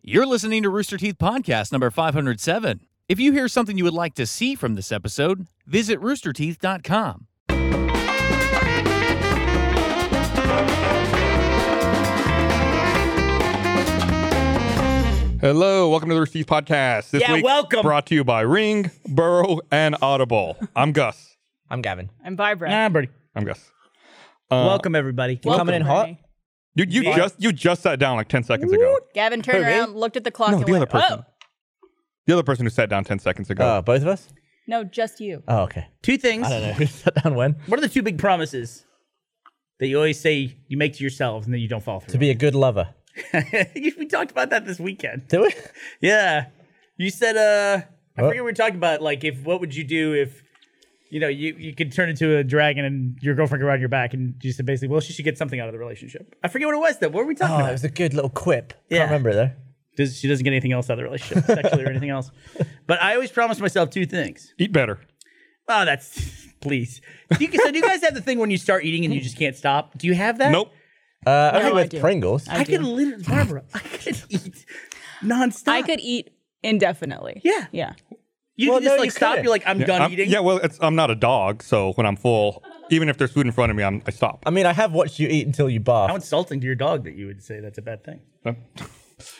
You're listening to Rooster Teeth Podcast number 507. If you hear something you would like to see from this episode, visit roosterteeth.com. Hello, welcome to the Rooster Teeth Podcast. This Yeah, week welcome. brought to you by Ring, Burrow, and Audible. I'm Gus. I'm Gavin. I'm Barbara. buddy. I'm Gus. Welcome everybody. You Welcome, coming in hot? Bernie. You you Yeah. just you just sat down like ten seconds ago. Gavin turned Who, me? around, looked at the clock, No, and the went, other person. "Oh, The other person who sat down ten seconds ago. Uh, both of us? no, just you." Uh, Oh, okay. Two things. I don't know who sat down when. What are the two big promises that you always say you make to yourselves and then you don't follow through? To be a good lover. You- we talked about that this weekend. Do we? Yeah. You said uh I What? forget we were talking about like if what would you do if you know you, you could turn into a dragon and your girlfriend could ride your back and you said basically, well, she should get something out of the relationship. I forget what it was though. What were we talking Oh, about? that was a good little quip. Yeah. Can't remember it though. Does, she doesn't get anything else out of the relationship, sexually or anything else. But I always promise myself two things. Eat better. Oh, that's please. Do you, so do you guys have the thing when you start eating and you just can't stop? Do you have that? Nope. Uh, only I with do. Pringles. I, could literally, Barbara. I could eat nonstop. I could eat indefinitely. Yeah. yeah. You Well, can just no, like you stop. couldn't. You're like, I'm done I'm- eating. Yeah, well, it's, I'm not a dog, so when I'm full, even if there's food in front of me, I'm, I stop. I mean, I have watched you eat until you How barf. insulting to your dog that you would say that's a bad thing. Uh,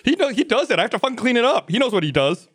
he knows he does it. I have to fucking clean it up. He knows what he does.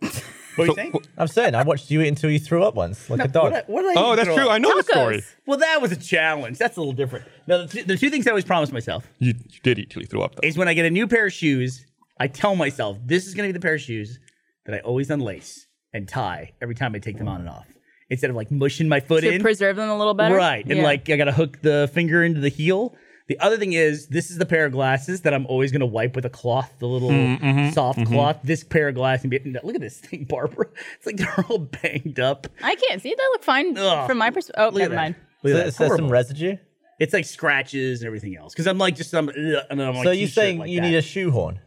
What are you So- saying? I'm saying I watched you eat untle you threw up once, like a dog. What, I- what did I Oh, even that's throw true. up? I know the story. Tacos. Well, that was a challenge. That's a little different. Now, the, th- the two things I always promise myself You, you did eat till you threw up. Though. is when I get a new pair of shoes, I tell myself this is going to be the pair of shoes that I always unlace and tie every time I take them on and off, instead of like mushing my foot To in. preserve them a little better. Right. And Yeah. like I gotta hook the finger into the heel. The other thing is this is the pair of glasses that I'm always gonna wipe with a cloth, the little Mm, mm-hmm, soft cloth. This pair of glasses and be, no, look at this thing, Barbara. It's like they're all banged up. I can't see. They look fine Ugh. from my perspective. Oh, Look at never that. mind. Look So at that. is there Horrible. some residue? it's like scratches and everything else. Because I'm like just some. And then I'm like, so you're saying you need a shoehorn?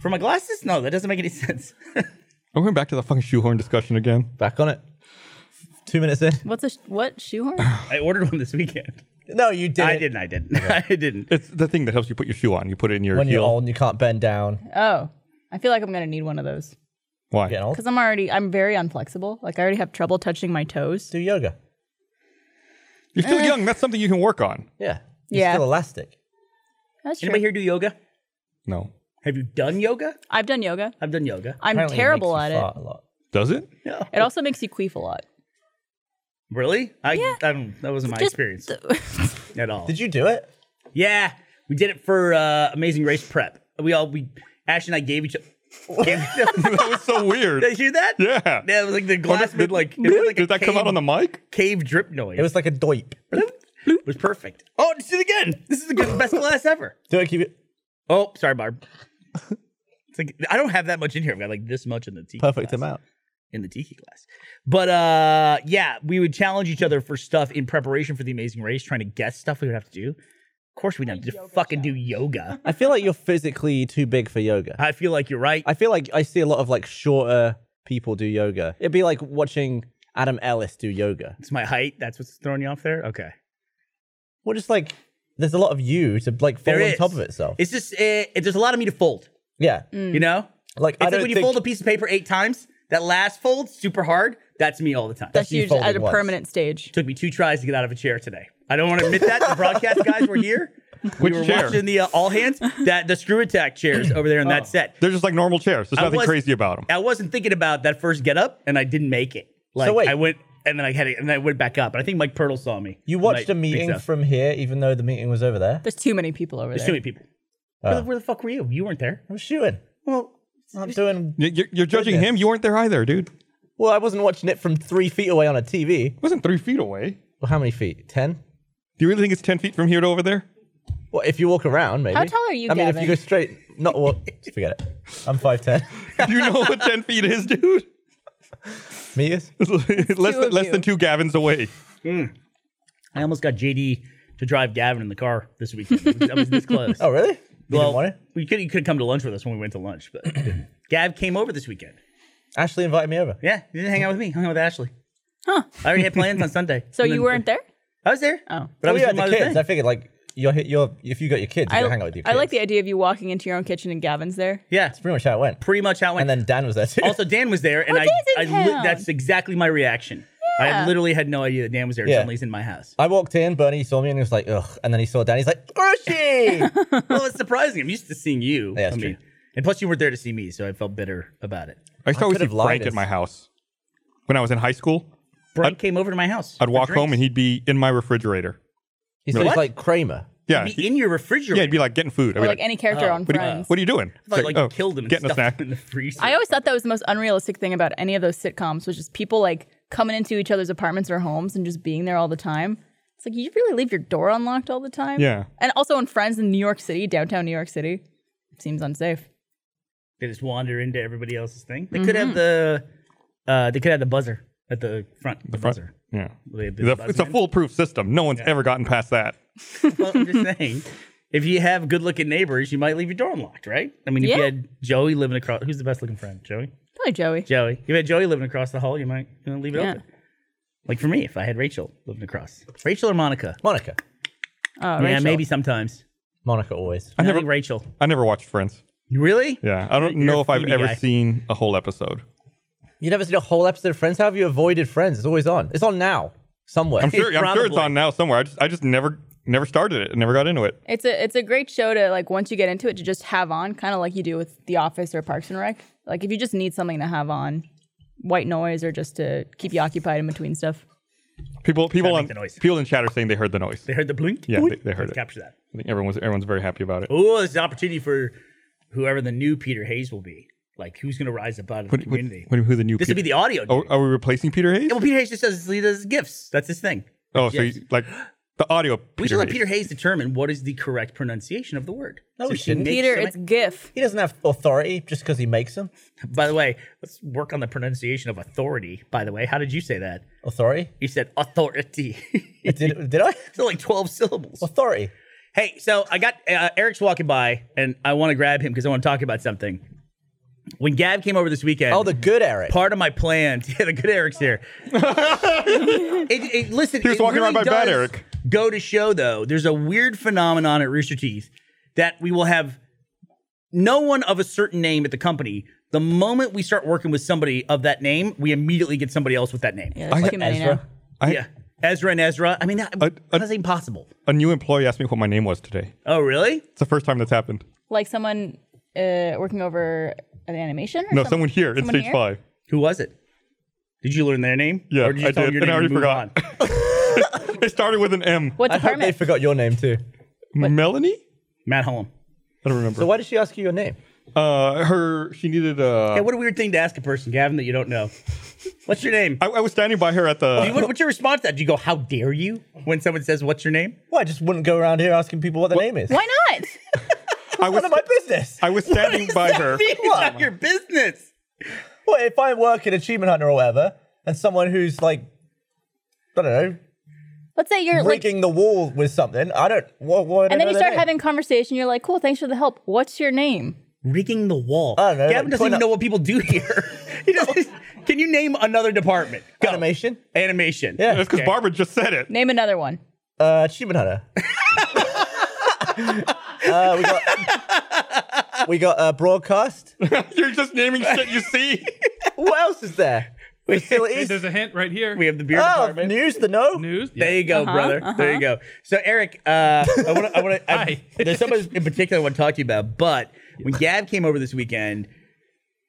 for my glasses? No, that doesn't make any sense. Are we going back to the fucking shoehorn discussion again? Back on it. Two minutes in. What's a sh- what shoehorn? I ordered one this weekend. No, you did. I didn't. I didn't. I didn't. It's the thing that helps you put your shoe on. You put it in your When you're heel. old and you can't bend Uh, down. oh, I feel like I'm gonna need one of those Why? Getting old. because I'm already I'm very unflexible. Like I already have trouble touching my toes. Do yoga. You're Eh. still young. That's something you can work on. Yeah. You're Yeah. still elastic. That's true. Anybody here do yoga? No. Have you done yoga? I've done yoga. I've done yoga. I'm Apparently terrible makes at you it. fart A lot. Does it? No. It also makes you queef a lot. Really? I, I don't. That wasn't my Just- experience at all. Did you do it? Yeah, we did it for uh, Amazing Race prep. We all we Ash and I gave each. other. Gave, that was so weird. did you hear that? Yeah. Yeah, it was like the glass made like, it was like a Did that cave, come out on the mic? cave drip noise. It was like a doip. it was perfect. Oh, just do it again. This is the good, best glass ever. Do it. Keep it. Oh, sorry, Barb. It's like I don't have that much in here. I've got like this much in the tiki Perfect glass, amount. in the tiki glass. But uh yeah, we would challenge each other for stuff in preparation for the Amazing Race, trying to guess stuff we would have to do. Of course, we don't just fucking do yoga. I feel like you're physically too big for yoga. I feel like you're right. I feel like I see a lot of like shorter people do yoga. It'd be like watching Adam Ellis do yoga. It's my height. That's what's throwing you off there. Okay. Well, just like there's a lot of you to like fall There on is. top of itself. It's just eh, it, it, there's a lot of me to fold. yeah, Mm. You know, like it's I like don't when you think fold a piece of paper eight times. That last fold, super hard. That's me all the time. That's you usually at folding a once. permanent stage. Took me two tries to get out of a chair today. I don't want to admit that. The broadcast guys were here. Which We were chair? watching the uh, all hands that the screw attack chairs over there on Oh. that set. They're just like normal chairs. There's I nothing was- crazy about them. I wasn't thinking about that first get up, and I didn't make it. Like wait. I went and then I had it, and I went back up. And I think Mike Pirtle saw me. you And I watched a think meeting so. from here, even though the meeting was over there. There's too many people over There's there. too many people. Ah. Where, the, where the fuck were you? You weren't there. I'm shooting. Well, I'm doing. You're, you're judging him. You weren't there either, dude. It Well, I wasn't watching it from three feet away on a TV. wasn't three feet away. Well, how many feet? Ten. Do you really think it's 10 feet from here to over there? Well, if you walk around, maybe. How tall are you, I mean, if you Gavin? go straight, not walk. forget it. I'm five ten Do you know what 10 feet is, dude? meters. It's less two than, of less you. than two Gavins away. I almost got JD to drive Gavin in the car this weekend. I was, I was this close. Oh, really? You well, didn't want it? we could you could come to lunch with us when we went to lunch, but Gav came over this weekend. Ashley invited me over. Yeah, he didn't hang out with me. Hung out with Ashley. Huh? I already had plans on Sunday. So And you then- weren't there? I was there. Oh. but Well, I was you doing had the my other kids. thing. I figured like You're, you're, if you got your kids, you I, can hang out with your kids. I like the idea of you walking into your own kitchen and Gavin's there. Yeah, That's pretty much how it went. pretty much how it went. And then Dan was there too. also, Dan was there, and Oh, I, I Dan's in li- town. that's exactly my reaction. I Yeah. literally had no idea that Dan was there. Yeah. Suddenly he's in my house. I walked in, Bernie saw me and he was like, ugh. And then he saw Dan, he's like, Groshi! well, it's surprising. I'm used to seeing you. Yeah, that's I mean, true. and plus you were there to see me, so I felt bitter about it. I used to always see could've lied Frank us. at my house when I was in high school. Brian came over to my house. I'd walk home and he'd be in my refrigerator. He's What? like Kramer. Yeah, be in your refrigerator. yeah, he'd be oh, like getting food. I'd Or be like any character on what, are you, Friends. what are you doing? I thought, like, It's you killed him and getting a stuffed snack. him in the freezer. I always thought that was the most unrealistic thing about any of those sitcoms was just people like coming into each other's apartments or homes and just being there all the time. It's like you really leave your door unlocked all the time. Yeah. And also in Friends in New York City, downtown New York City, it seems unsafe. they just wander into everybody else's thing. They could have the uh, they could have the buzzer at the front. The, front. buzzer. Yeah, They have the it's a, buzzer it's a in. foolproof system. No one's ever gotten past that. well, I'm just saying. If you have good looking neighbors, you might leave your door unlocked, right? I mean, if you Yeah. had Joey living across, who's the best looking friend? Joey? Probably Joey. Joey. If you had Joey living across the hall, you might you know, leave it Yeah. open. Like for me, if I had Rachel living across, Rachel or Monica? Monica. Oh, Yeah, Rachel. maybe sometimes. Monica always. I never Rachel. I never watched Friends. Really? Yeah, I don't You're know a if I've Phoebe ever guy. seen a whole episode. You never seen a whole episode of Friends? How have you avoided Friends? It's always on. It's on now. Somewhere. I'm sure. I'm sure it's Probably. on now somewhere. I just, I just never, never started it. and Never got into it. It's a it's a great show to like once you get into it to just have on, kind of like you do with The Office or Parks and Rec. Like if you just need something to have on, white noise or just to keep you occupied in between stuff. People, people Gotta on make the noise. people in chat are saying they heard the noise. They heard the blink. Yeah, Boink. they- they heard Let's it. Capture that. I think everyone's, everyone's very happy about it. Oh, it's an opportunity for whoever the new Peter Hayes will be. Like, who's going to rise up out of the What, what, community? what- who the new? this would be the audio. Oh, dude. are we replacing Peter Hayes? Yeah, well, Peter Hayes just does he does gifts. That's his thing. Oh, so Yes. you, like the audio. Peter we should let Hayes. Peter Hayes determine what is the correct pronunciation of the word. No, we he shouldn't. makes Peter, so it's many- GIF. He doesn't have authority just because he makes them. by the way, let's work on the pronunciation of authority. By the way, how did you say that? Authority? You said authority. It did, did I? so like twelve syllables. Authority. Hey, so I got uh, Eric's walking by, and I want to grab him because I want to talk about something. When Gab came over this weekend, Oh, the good Eric. part of my plan. Yeah, the good Eric's here. it, it, listen, He was it walking really around by bad does Eric. Go to show though, there's a weird phenomenon at Rooster Teeth that we will have no one of a certain name at the company. The moment we start working with somebody of that name, we immediately get somebody else with that name. Yeah, Yeah, there's I- too many now. Ezra. I, Ezra and Ezra. I mean, that, I- I- how's that even possible? A new employee asked me what my name was today. Oh, really? It's the first time that's happened. Like someone uh, working over an animation. Or No, some- someone here in someone stage here? five. Who was it? Did you learn their name? Yeah, or did you I tell them did, your and I name already and move forgot. on? It started with an M. What I hope they department? forgot your name too. Melanie? Matt Holm. I don't remember. So why did she ask you your name? uh, her, she needed uh, a. Hey, what a weird thing to ask a person, Gavin, that you don't know. What's your name? I, I was standing by her at the. You- what- what's your response to that? Do you go, how dare you? When someone says, what's your name? Well, I just wouldn't go around here asking people what their name is. Why not? I was, None of my business. I was standing by her. It's not your business. Well, if I work in Achievement Hunter or whatever, and someone who's like, I don't know, Let's say you're like, breaking the wall with something, I don't. What? what and then you start having conversation. You're like, cool, thanks for the help. What's your name? Rigging the wall. I don't know, Gavin like, doesn't putting even up- know what people do here. he doesn't, can you name another department? Go. animation. Animation. Yeah. That's because Barbara just said it. Name another one. Uh, Achievement Hunter. uh, we got we got uh, broadcast. You're just naming shit you see. What else is there? Hey, Facilities. there's a hint right here. We have the beer Oh, department. news. The no. news. There you go, brother. There you go. So, Eric, uh, I want to. I wanna, I, Hi. there's someone in particular I want to talk to you about. But when Gab came over this weekend,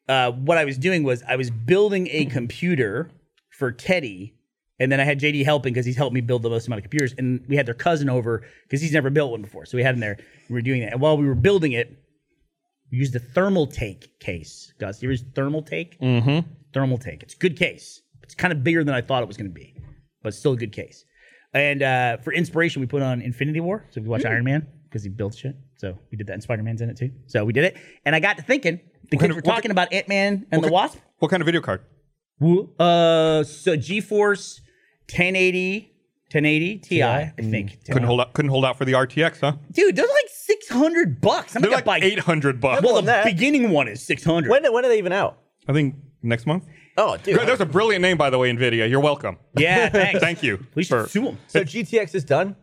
uh, what I was doing was I was building a computer for Teddy, and then I had JD helping because he's helped me build the most amount of computers. And we had their cousin over because he's never built one before, so we had him there. We were doing that, and while we were building it, we used the thermal take case. Gus, you ever use thermal take? Mm-hmm. Thermal take. It's a good case. It's kind of bigger than I thought it was going to be, but it's still a good case. And uh, for inspiration, we put on Infinity War. So if you Mm. watch Iron Man, because he built shit. So we did that, and Spider Man's in it too. So we did it. And I got to thinking, the kind kids of- were what- talking about Ant Man and the Wasp. What kind of video card? Woo- Uh, so GeForce 1080, 1080 Ti, I think. Mm. Couldn't hold out. Couldn't hold out for the RTX, huh? Dude, those are like 600 bucks. I'm They're like not gonna buy. 800 bucks. Well, than the that. beginning one is 600. When when are they even out? I think next month. Oh, dude. There's a brilliant name, by the way, Nvidia. You're welcome. yeah, thanks. Thank you. We should for- sue him. so GTX is done.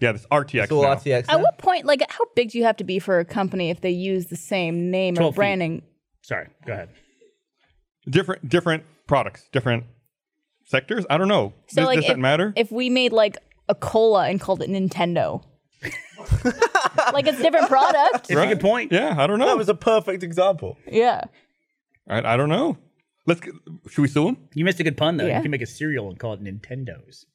Yeah, this RTX. It's all now. RTX. At now. what point, like, how big do you have to be for a company if they use the same name 12 or feet. branding? Sorry, go ahead. Different different products, different sectors. I don't know. So, does like, does if, that matter? if we made like a cola and called it Nintendo, like it's different product. It's a good point. yeah, I don't know. That was a perfect example. Yeah. I, I don't know. Let's. Get, should we sue him? You missed a good pun though. Yeah. You can make a cereal and call it Nintendo's.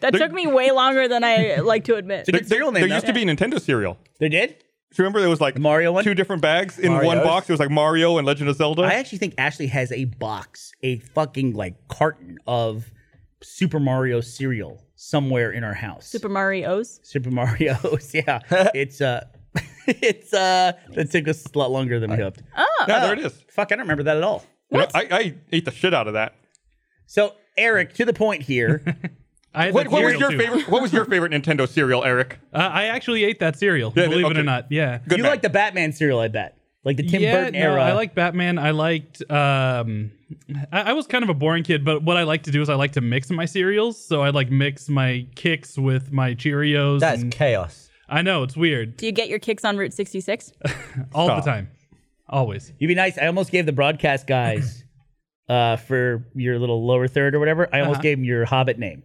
That took me way longer than I like to admit. It's a good cereal name. There though. used to be Nintendo cereal. They did. Do you remember there was like Mario one? two different bags in one Mario's. box? It was like Mario and Legend of Zelda. I actually think Ashley has a box, a fucking like carton of Super Mario cereal somewhere in our house. Super Mario's. Super Mario's, yeah. it's uh it's uh that took us a lot longer than we hoped. yeah, there it is. Fuck, I don't remember that at all. You know, I, I ate the shit out of that. So Eric, to the point here. I had What, that what was cereal, your too. favorite? What was your favorite Nintendo cereal, Eric? Uh, I actually ate that cereal, Yeah, believe it okay. or not. Yeah. Good you man. like the Batman cereal, I bet. Like the Tim yeah, Burton no, era. I like Batman. I liked. Um, I, I was kind of a boring kid, but what I like to do is I like to mix my cereals. So I like mix my kicks with my Cheerios. That's and- chaos. I know it's weird Do you get your kicks on Route 66? all Stop. the time, always. You'd be nice. I almost gave the broadcast guys uh for your little lower third or whatever. I almost Uh-huh. gave them your Hobbit name.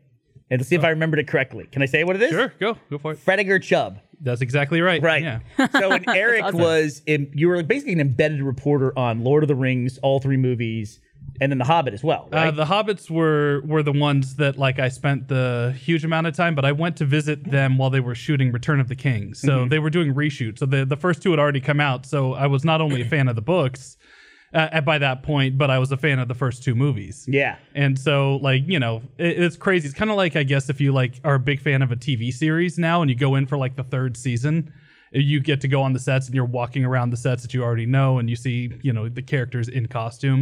And let's see if I remembered it correctly. Can I say what it is? Oh. Sure, go go for it. Frediger Chubb. That's exactly right. Right. Yeah. So when Eric was, in, you were basically an embedded reporter on Lord of the Rings, all three movies, and then The Hobbit as well, right? Uh, the hobbits were were the ones that like I spent the huge amount of time, but I went to visit them while they were shooting Return of the King. So Mm-hmm. they were doing reshoots. So the the first two had already come out. So I was not only a fan of the books uh, at- by that point, but I was a fan of the first two movies. yeah. And so, like you know, it, it's crazy. It's kind of like I guess if you like are a big fan of a TV series now, and you go in for like the third season, eh, you get to go on the sets, and you're walking around the sets that you already know, and you see you know the characters in costume.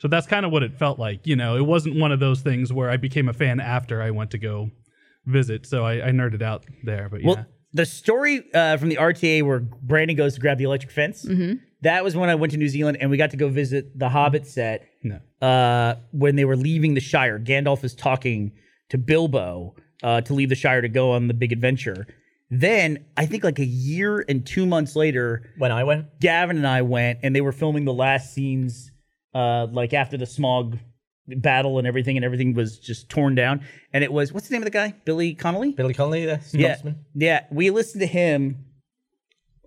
So that's kind of what it felt like. You know, it wasn't one of those things where I became a fan after I went to go visit. So I, I nerded out there. But yeah, Well, the story uh, from the RTA where Brandon goes to grab the electric fence, Mm-hmm. that was when I went to New Zealand and we got to go visit the Hobbit set. no. uh, when they were leaving the Shire. Gandalf is talking to Bilbo uh, to leave the Shire to go on the big adventure. Then I think like a year and two months later, When I went, Gavin and I went and they were filming the last scenes, uh, like after the smog battle and everything, and everything was just torn down. And it was what's the name of the guy? Billy Connolly. Billy Connolly, the yeah, Scotsman. yeah. We listened to him.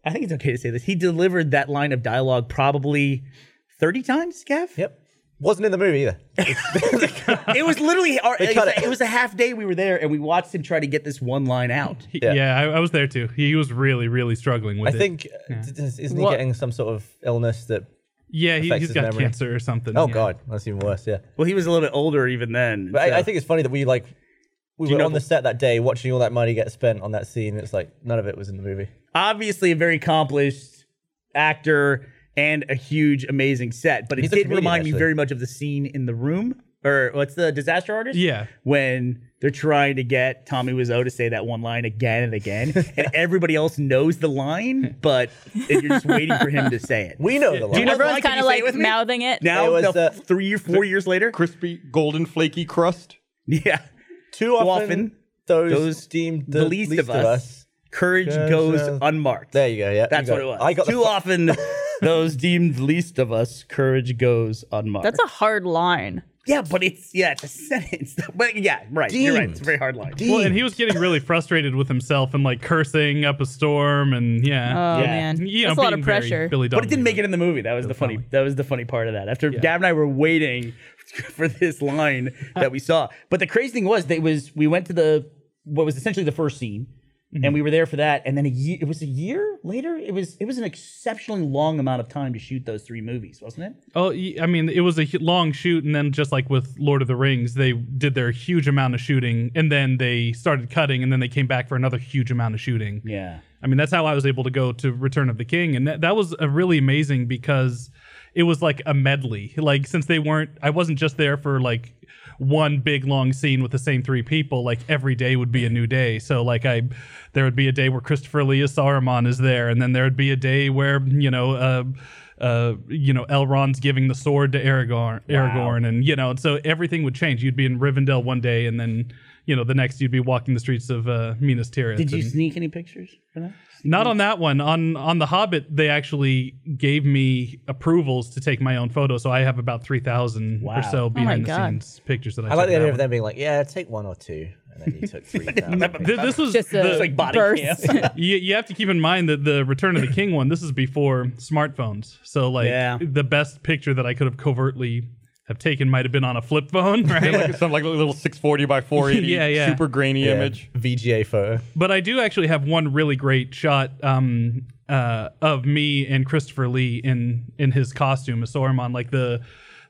I think it's okay to say this. He delivered that line of dialogue probably thirty times, Gav. Yep. Wasn't in the movie either. it was literally our, it, was cut a, it. it was a half day we were there and we watched him try to get this one line out He- yeah. yeah, I, I was there too. He was really, really struggling I with it. think uh, d- d- isn't he What- getting some sort of illness that? yeah, he, affects he's his got memory. cancer or something. Oh yeah. god, that's even worse. Yeah. well he was a little bit older even then But so- I, I think it's funny that we like we were know- on the set that day watching all that money get spent on that scene. It's like none of it was in the movie. obviously a very accomplished actor and a huge amazing set but it He's a did comedian, remind me actually. very much of the scene in the room or what's the disaster artist Yeah. when they're trying to get Tommy Wiseau to say that one line again and again, and everybody else knows the line, but you're just waiting for him to say it. We know the Do you line. know the Everyone's line? Can kind of you say it like with me? mouthing it. Now, It was, uh, the- three or four years later, Crispy, golden, flaky crust. yeah, Too often, often, those, those deemed the, least, of us. courage Courage goes goes- unmarked. There you go. Yeah, you That's got what it was. I got Too the, often, those deemed least of us, courage goes unmarked. That's a hard line. yeah, but it's yeah, it's a sentence. But yeah, right. You're right. It's a Deemed. very hard line. Well, and Dean. he was getting really frustrated with himself and like cursing up a storm and yeah. Oh Yeah. man, you know, that's a lot being of very pressure. Billy But it didn't make it in the movie. That was the funny. That was the funny part of that. After Gab and I were waiting for this line that we saw. But the crazy thing was that it was we went to the what was essentially the first scene, Mm-hmm. and we were there for that. And then a year. It was a year later. It was it was an exceptionally long amount of time to shoot those three movies, wasn't it? Oh, y- I mean, it was a hu- long shoot, and then just like with Lord of the Rings, they did their huge amount of shooting, and then they started cutting, and then they came back for another huge amount of shooting. Yeah. I mean, that's how I was able to go to Return of the King, and that, that was a really amazing because it was like a medley. Like since they weren't, I wasn't just there for like one big long scene with the same three people. Like every day would be a new day. So like I, there would be a day where Christopher Lee as Saruman is there, and then there would be a day where you know. Uh, uh, you know, Elrond's giving the sword to Aragorn, Aragorn, and you know, so everything would change. You'd be in Rivendell one day, and then you know, the next you'd be walking the streets of uh, Minas Tirith. Did you and- sneak any pictures for that? Mm. not on that one. On on the Hobbit, they actually gave me approvals to take my own photo, so I have about three thousand Wow. or so Oh my behind the God. scenes pictures that I. I like took the of idea that of them being like, yeah, take one or two, and then you took three thousand. one. Th- This was Just a the, like body burst. you, you have to keep in mind that the Return of the King one. This is before smartphones, so like Yeah. the best picture that I could have covertly have taken might have been on a flip phone, right? Like some like little 640 by 480 Yeah, yeah. super grainy Yeah. image. VGA photo. But I do actually have one really great shot um, uh, of me and Christopher Lee in in his costume as Saruman. Like the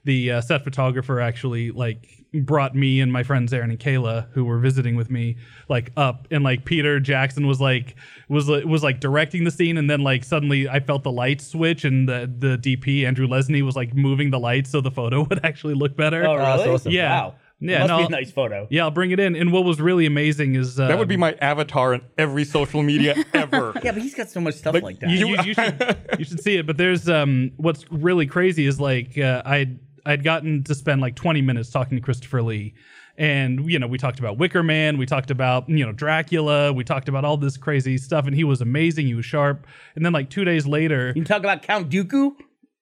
the uh, set photographer actually like brought me and my friends Aaron and Kayla who were visiting with me like up and like Peter Jackson was like was like- was like directing the scene and then like suddenly I felt the light switch and the the DP Andrew Lesney was like moving the lights so the photo would actually look better. Oh, really? that's awesome. Yeah. Wow. Yeah, Must no. be a nice photo. Yeah, I'll bring it in. And what was really amazing is uh, That would be my avatar on every social media ever. Yeah, but he's got so much stuff But like that. You, you- you should, you should see it. But there's um, what's really crazy is like uh, I'd I'd gotten to spend like 20 minutes talking to Christopher Lee, and you know we talked about Wicker Man, we talked about you know Dracula, we talked about all this crazy stuff, and he was amazing. He was sharp. And then like two days later, You talk about Count Dooku?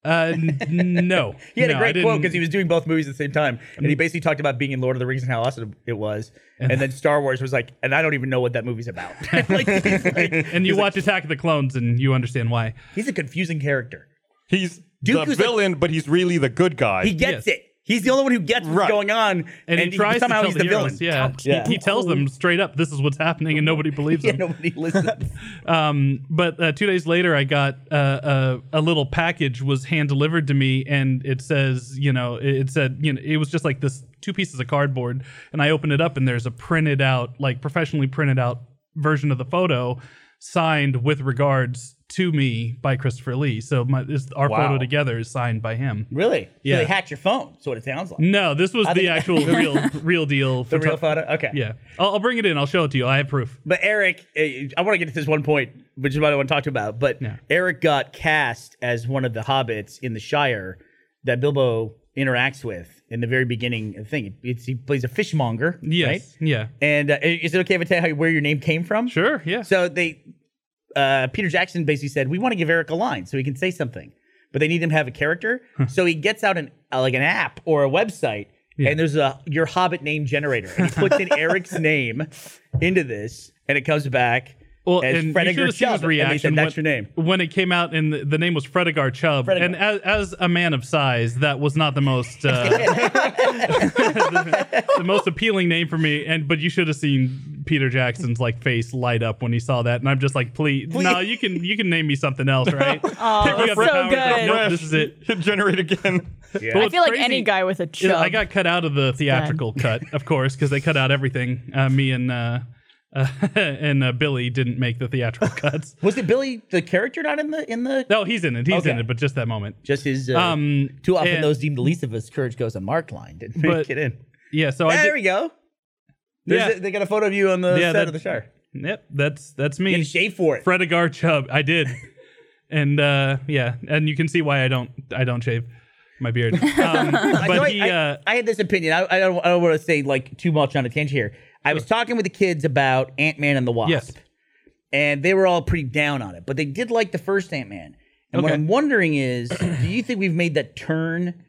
uh, n- no, He had a No, I great quote didn't- because he was doing both movies at the same time, and he basically talked about being in Lord of the Rings and how awesome it was. And then Star Wars was like, and I don't even know what that movie's about. Like, he's, like- And you watch Attack of the Clones, and you understand why. he's a confusing character. He's Dooku's the like- villain, but he's really the good guy. He gets Yes. it. He's the only one who gets what's Right. going on, And, he tries somehow to tell he's the, the, villain. heroes, yeah. He- yeah. He, tells them straight up, "This is what's happening," and nobody believes Yeah, him. nobody listens. Um, but uh, two days later, I got uh, a, a little package was hand delivered to me, and it says, you know, it, it said, you know, it was just like this two pieces of cardboard, and I opened it up, and there's a printed out, like professionally printed out version of the photo, signed with regards to me by Christopher Lee. So my it's, our Wow. photo together is signed by him. really? Yeah. So they hacked your phone. That's what it sounds like. No, this was the think- actual real real deal. The real photo. Okay. Yeah, I'll, I'll bring it in. I'll show it to you. I have proof. But Eric, eh, I want to get to this one point, which is what I want to talk to you about. But Yeah. Eric got cast as one of the hobbits in the Shire that Bilbo interacts with in the very beginning of the thing. It's, he plays a fishmonger. Yes. Right? Yeah. And uh, is it okay if I tell you how, where your name came from? Sure. Yeah. So they, uh, Peter Jackson basically said, "We want to give Eric a line so he can say something, but they need him to have a character." Hmm. so he gets out an uh, like an app or a website, and there's a your Hobbit name generator, and he puts in Eric's name into this, and it comes back Well, as and you should Fredegar have seen Chubb, and his they reaction said, "That's when, your name." when it came out, and the, the name was Fredegar Chubb. Fredegar. And as, as a man of size, that was not the most uh, the, the most appealing name for me. And but you should have seen Peter Jackson's like face light up when he saw that, and I'm just like, please, no, you can you can name me something else, right? Pick me that's up so in Power Rangers. good. Nope, this is it. Hit generate again. But I what's feel like crazy- any guy with a yeah, chub. I got cut out of the theatrical cut, of course, because they cut out everything. Uh, me and uh, uh, and uh, Billy didn't make the theatrical cuts. Was it Billy the character not in the in the No, he's in it. He's in Okay. it, but just that moment. just his? Uh, Um, too often and- those deemed the least of us courage goes unmarked line didn't make But- it in. Yeah. So I there did, we go. There's Yeah. a- they got a photo of you on the set Yeah, that- of the Shire. Yep. That's that's You me. had to shave for it. Fredegar Chubb. I did. and uh, yeah, and you can see why I don't I don't shave my beard. Um, So but I, he. I- uh, I had this opinion. I, I don't, I don't want to say like too much on a tangent here. I was talking with the kids about Ant Man and the Wasp, Yes. and they were all pretty down on it, but they did like the first Ant Man. And what Okay. I'm wondering is, do you think we've made that turn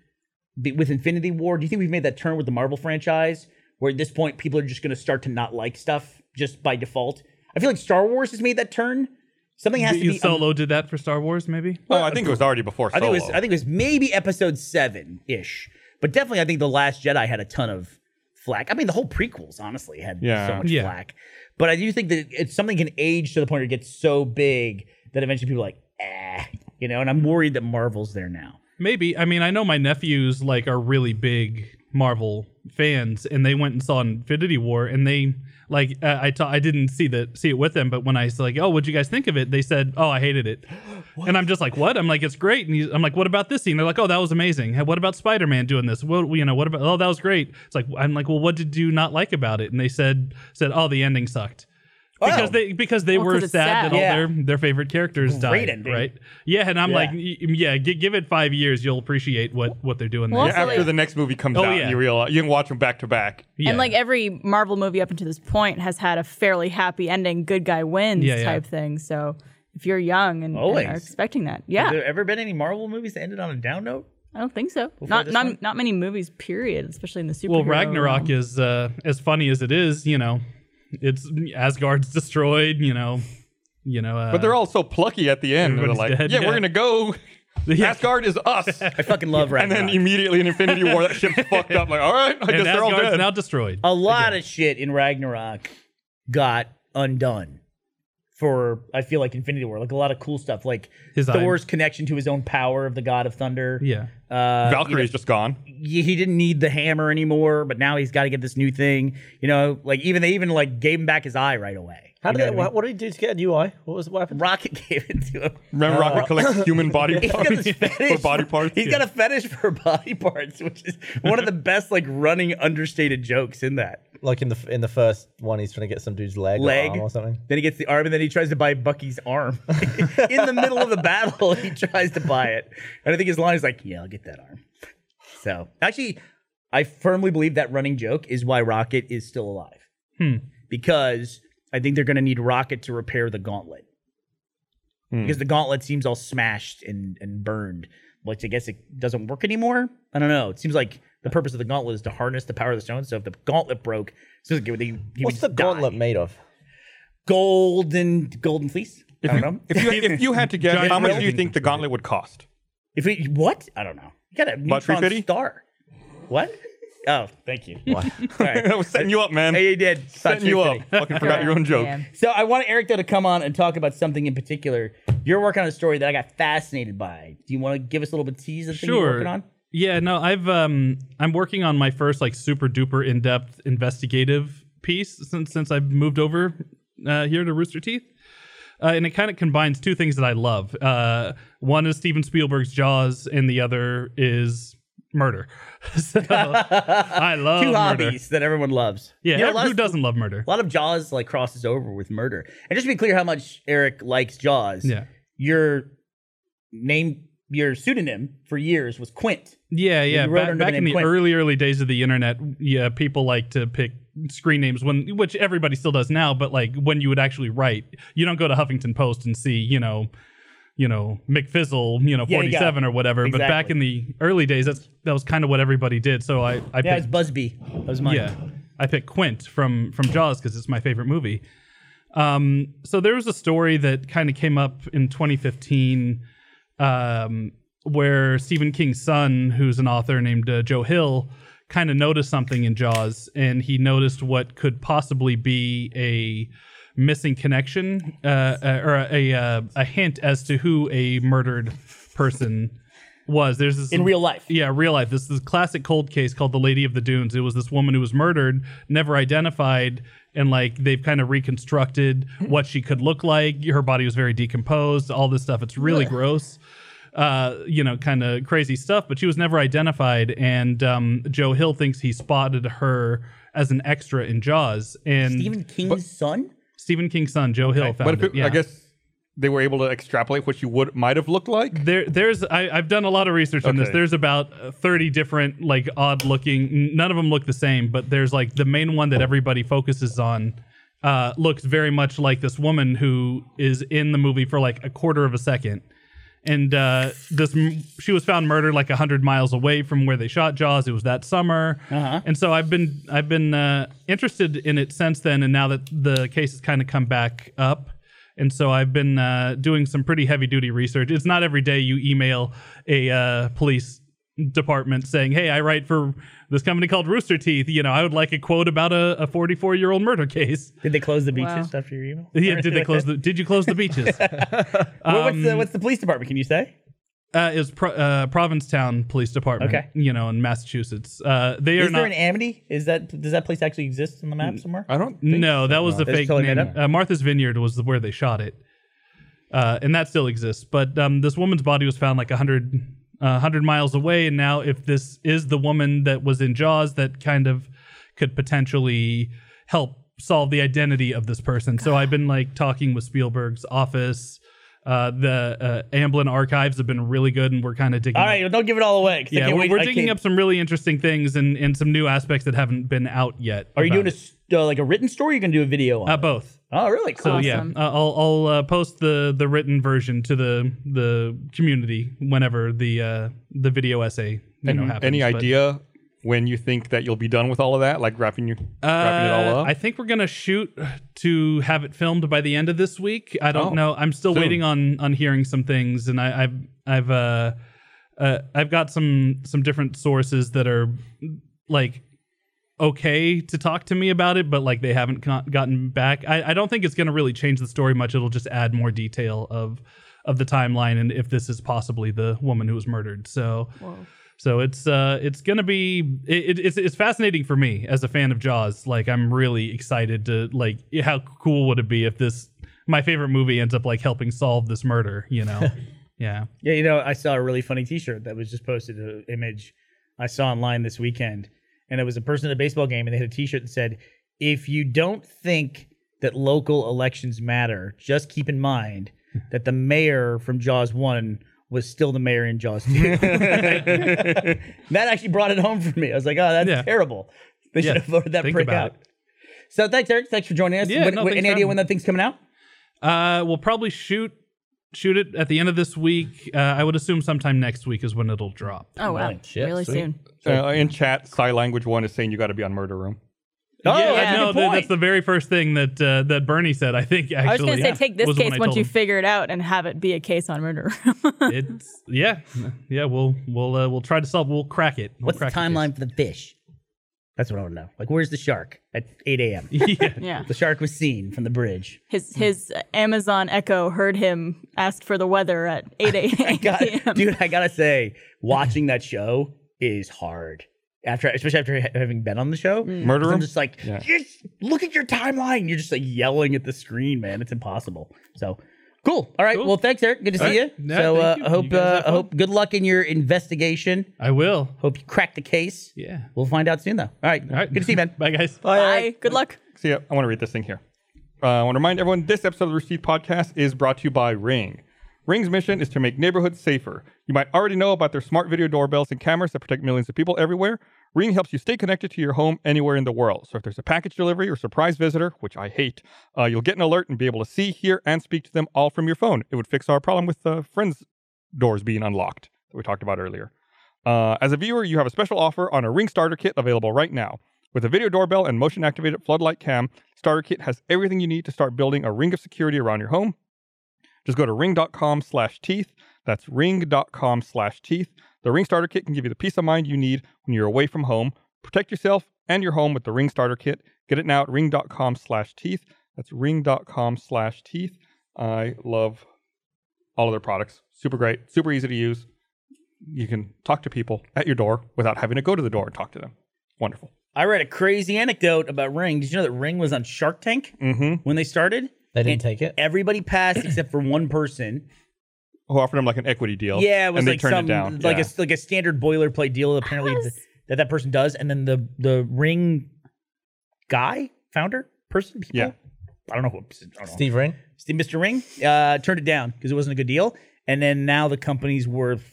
be- with Infinity War? Do you think we've made that turn with the Marvel franchise, where at this point people are just going to start to not like stuff just by default? I feel like Star Wars has made that turn. Something has to be. Solo did that for Star Wars, maybe. Oh, I think it was already before I Solo. think it was. I think it was maybe episode seven ish, but definitely I think the Last Jedi had a ton of flack. I mean, the whole prequels honestly had Yeah. so much Yeah. flack. But I do think that it's something can age to the point where it gets so big that eventually people are like, eh, you know. And I'm worried that Marvel's there now. Maybe. I mean, I know my nephews like are really big Marvel fans, and they went and saw Infinity War, and they like uh, I ta- I didn't see the see it with them, but when I was like, oh, what'd you guys think of it? They said, oh, I hated it, and I'm just like, what? I'm like, it's great, and he's, I'm like, what about this scene? They're like, oh, that was amazing. Hey, What about Spider Man doing this? What you know? What about? Oh, that was great. It's like I'm like, well, what did you not like about it? And they said said, oh, the ending sucked. because they because they Well, 'cause were sad, it's sad. that all Yeah. their their favorite characters died, ending. right? Yeah, and I'm Yeah. like, y- yeah, gi- give it five years, you'll appreciate what what they're doing. Well, there. also, after like- the next movie comes Oh, out, yeah. you realize you can watch them back to back. Yeah. And like every Marvel movie up until this point has had a fairly happy ending, good guy wins Yeah, yeah. type thing. So if you're young and, and Always. are expecting that, Have yeah, there ever been any Marvel movies that ended on a down note? I don't think so. Not this one? not, not many movies, period, especially in the superhero. well, Ragnarok realm. is uh, as funny as it is, you know, it's Asgard's destroyed, you know, you know, uh, But they're all so plucky at the end. They're Everybody's like, dead, yeah, yeah. we're gonna go. uh, Yeah. Asgard is us. I fucking love and Ragnarok. then immediately in Infinity War, that ship's fucked up. Like, all right, I guess and they're all Asgard's dead. Uh, now destroyed. a lot of shit in Ragnarok got undone for I feel like Infinity War. Like a lot of cool stuff, like His eye- Thor's connection to his own power of the God of Thunder. yeah. Uh, Valkyrie's just gone. y- he didn't need the hammer anymore, but now he's got to get this new thing. You know, like even they even like gave him back his eye right away. How You did know they, what I what, what did he do to get a new eye? What was what mean? happened? Rocket gave it to him. Remember, Rocket collects human body Oh. He's got parts. this fetish. or body for- parts. He's got a fetish for body parts, which is one of the best like running understated jokes in that. Like in the in the first one, he's trying to get some dude's leg, Leg. or, arm or something. Then he gets the arm, and then he tries to buy Bucky's arm in the middle of the battle. He tries to buy it, and I think his line is like, "Yeah, I'll get that arm." So actually, I firmly believe that running joke is why Rocket is still alive, because I think they're going to need Rocket to repair the gauntlet, Hmm. because the gauntlet seems all smashed and and burned. Which I guess it doesn't work anymore. I don't know. It seems like the purpose of the gauntlet is to harness the power of the stone. So if the gauntlet broke, so he, would- he would What's the just die. gauntlet made of? golden golden fleece. I don't know. If you, if you had to guess, Giant how much do building you think the gauntlet would cost? If we what? I don't know. You got a neutron 350? star. What? Oh, thank you. All I right. was setting you up, man. Hey, you did. About setting you up. 350. Fucking forgot your own joke. Yeah. So I want Eric though to come on and talk about something in particular. You're working on a story that I got fascinated by. Do you want to give us a little bit tease of the thing you're working on? Yeah, no, I've um I'm working on my first like super duper in depth investigative piece since since I've moved over uh, here to Rooster Teeth. Uh, and it kind of combines two things that I love. Uh, one is Steven Spielberg's Jaws, and the other is murder. so I love Two murder. hobbies that everyone loves. Yeah, You know, a lot who of- doesn't love murder? A lot of Jaws like crosses over with murder. And just to be clear, how much Eric likes Jaws. Yeah. Your name, your pseudonym for years was Quint. Yeah, yeah. you wrote Back, under the back in name the Quint. early, early days of the internet, yeah, people like to pick screen names when, which everybody still does now. But like when you would actually write, you don't go to Huffington Post and see, you know, you know McFizzle, you know, Yeah, forty yeah. seven or whatever. But back Exactly. in the early days, that's that was kind of what everybody did. So I, I Yeah, it was picked, Busby. That was mine. yeah, I picked Quint from from Jaws because it's my favorite movie. Um, so there was a story that kind of came up in 2015 um, where Stephen King's son, who's an author named uh, Joe Hill, kind of noticed something in Jaws, and he noticed what could possibly be a missing connection uh, uh, or a, a a hint as to who a murdered person was. There's this In real life. yeah, real life. This is a classic cold case called The Lady of the Dunes. It was this woman who was murdered, never identified, and like they've kind of reconstructed Hmm. what she could look like. Her body was very decomposed, all this stuff. It's really gross. Uh, you know, kind of crazy stuff, but she was never identified. And um, Joe Hill thinks he spotted her as an extra in Jaws. And Stephen, Stephen King's son? King's son, Joe Hill, found But if it. it, yeah. I guess they were able to extrapolate what you would might have looked like. There, there's I, I've done a lot of research on this. Okay. There's about uh, 30 different like odd looking. n- None of them look the same, but there's like the main one that everybody focuses on. Uh, looks very much like this woman who is in the movie for like a quarter of a second, and uh, this m- she was found murdered like hundred miles away from where they shot Jaws. It was that summer, uh-huh. and so I've been I've been uh, interested in it since then. And now that the case has kind of come back up, and so I've been uh, doing some pretty heavy duty research. It's not every day you email a uh, police department saying, "Hey, I write for this company called Rooster Teeth. You know, I would like a quote about a a 44 year old murder case." Did they close the beaches Wow. after your email? Yeah, did they close the? Did you close the beaches? Um, Well, what's, the, what's the police department? Can you say? Uh, is Pro- uh, Provincetown Police Department? Okay. you know, in Massachusetts, uh, they are Is not. Mm, there an Amity? Is that does that place actually exist on the map somewhere? I don't. Think no, that was the That's fake totally made name. up. Uh, Martha's Vineyard was the, where they shot it, uh, and that still exists. But um, this woman's body was found like 100, uh, 100 miles away, and now if this is the woman that was in Jaws, that kind of could potentially help solve the identity of this person. So I've been like talking with Spielberg's office. Uh, the uh, Amblin archives have been really good, and we're kind of digging. All up- right, well, don't give it all away. 'cause I yeah, can't we're, wait- we're I digging can't- up some really interesting things and, and some new aspects that haven't been out yet. Are you about doing a, it. s- uh, like a written story? You're gonna do a video on? uh, it? both? Oh, really? So Cool. yeah, Awesome. uh, I'll I'll uh, post the the written version to the the community whenever the uh, the video essay you know happens. Any but- idea when you think that you'll be done with all of that? Like wrapping you wrapping it all Uh, up? I think we're gonna shoot to have it filmed by the end of this week. I don't Oh, know. I'm still soon. waiting on on hearing some things, and I, I've I've uh, uh, I've got some some different sources that are like okay to talk to me about it, but like they haven't co- gotten back. I, I don't think it's gonna really change the story much. It'll just add more detail of of the timeline and if this is possibly the woman who was murdered. So. So it's uh it's gonna be it, it- it's it's fascinating for me as a fan of Jaws. Like I'm really excited to like how cool would it be if this my favorite movie ends up like helping solve this murder. You know, yeah. Yeah, you know, I saw a really funny T-shirt that was just posted. An image I saw online this weekend, and it was a person at a baseball game, and they had a T-shirt that said, "If you don't think that local elections matter, just keep in mind that the mayor from Jaws one was still the mayor in Jaws two. that actually brought it home for me. I was like, oh, that's Yeah. terrible. They Yeah, should have voted that think prick about out. So thanks, Eric. Thanks for joining us. Yeah, When- no, when- thanks any idea for having when that thing's coming out? Uh, we'll probably shoot shoot it at the end of this week. Uh, I would assume sometime next week is when it'll drop. Oh wow, shit, really sweet. soon. Uh, in chat, Psy Language One is saying you got to be on Murder Room. Oh, Yeah, that's a no, good th- point. that's the very first thing that uh, that Bernie said. I think actually, I was gonna say, take this was the one case I once told you him. figure it out and have it be a case on murder. it's yeah, yeah. We'll we'll uh, we'll try to solve. We'll crack it. We'll What's the crack case. timeline for the fish? That's what I want to know. Like, where's the shark at 8 a.m.? yeah. yeah, the shark was seen from the bridge. his his Amazon Echo heard him ask for the weather at eight God, a.m. dude, I gotta say, watching that show is hard. After, especially after ha- having been on the show, Murder I'm Room? just like, Yeah. "Yes, look at your timeline. You're just like yelling at the screen, man. It's impossible. So. Cool. All right. Cool. Well, thanks, Eric. Good to All see right. you. Yeah, so, uh, thank you. I hope, You guys uh, have I fun. hope. Good luck in your investigation. I will. Hope you crack the case. Yeah. We'll find out soon, though. All right. All right. Good to see you, man. Bye, guys. Bye. Good luck. See, I want to read this thing here. Uh, I want to remind everyone this episode of the Receipt Podcast is brought to you by Ring. Ring's mission is to make neighborhoods safer. You might already know about their smart video doorbells and cameras that protect millions of people everywhere. Ring helps you stay connected to your home anywhere in the world. So if there's a package delivery or surprise visitor, which I hate, uh, you'll get an alert and be able to see, hear, and speak to them all from your phone. It would fix our problem with uh, friends' doors being unlocked that we talked about earlier. Uh, as a viewer, you have a special offer on a Ring Starter Kit available right now. With a video doorbell and motion activated floodlight cam, Starter Kit has everything you need to start building a ring of security around your home. Just go to ring.com slash teeth. That's ring.com slash teeth. The Ring Starter Kit can give you the peace of mind you need when you're away from home. Protect yourself and your home with the Ring Starter Kit. Get it now at ring.com slash teeth. That's ring.com slash teeth. I love all of their products. Super great, super easy to use. You can talk to people at your door without having to go to the door and talk to them. Wonderful. I read a crazy anecdote about Ring. Did you know that Ring was on Shark Tank Mm-hmm. when they started? They And didn't take it. Everybody passed except for one person. who offered him like an equity deal. Yeah, it was and they like turned some it down. like yeah. a like a standard boilerplate deal. Apparently th- that that person does, and then the the Ring guy founder person people. Yeah. I don't know who. I don't know. Steve Ring. Steve- Mr. Ring uh, turned it down because it wasn't a good deal, and then now the company's worth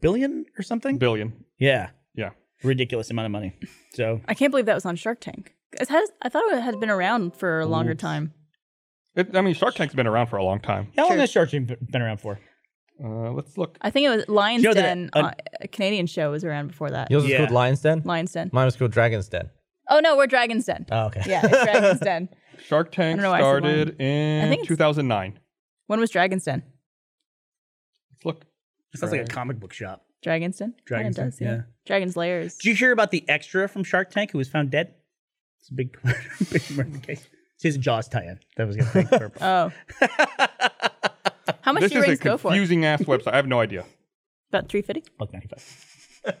billion or something. billion. yeah, Yeah. ridiculous amount of money. So I can't believe that was on Shark Tank. It has, I thought it had been around for a longer time. It, I mean, Shark Tank's been around for a long time. how long has Shark Tank been around for? Uh, let's look. I think it was Lion's You know that Den, a- uh, a Canadian show was around before that. Yours Yeah. was called Lion's Den. Lion's Den. Mine was called Dragon's Den. Oh no, we're Dragon's Den. Oh, okay. Yeah, it's Dragon's Den. Shark Tank I don't know why I said started I think in it's- 2009. When was Dragon's Den? Let's look. It sounds like a comic book shop. Dragon's Den. Dragon's Den, Den. yeah. Dragon's Lairs. Did you hear about the extra from Shark Tank who was found dead? It's a big, big murder case. It's his Jaws tie-in. That was gonna take purple. Oh. How much This do is a rings go for? confusing ass website. I have no idea. About three fifty. Buck ninety five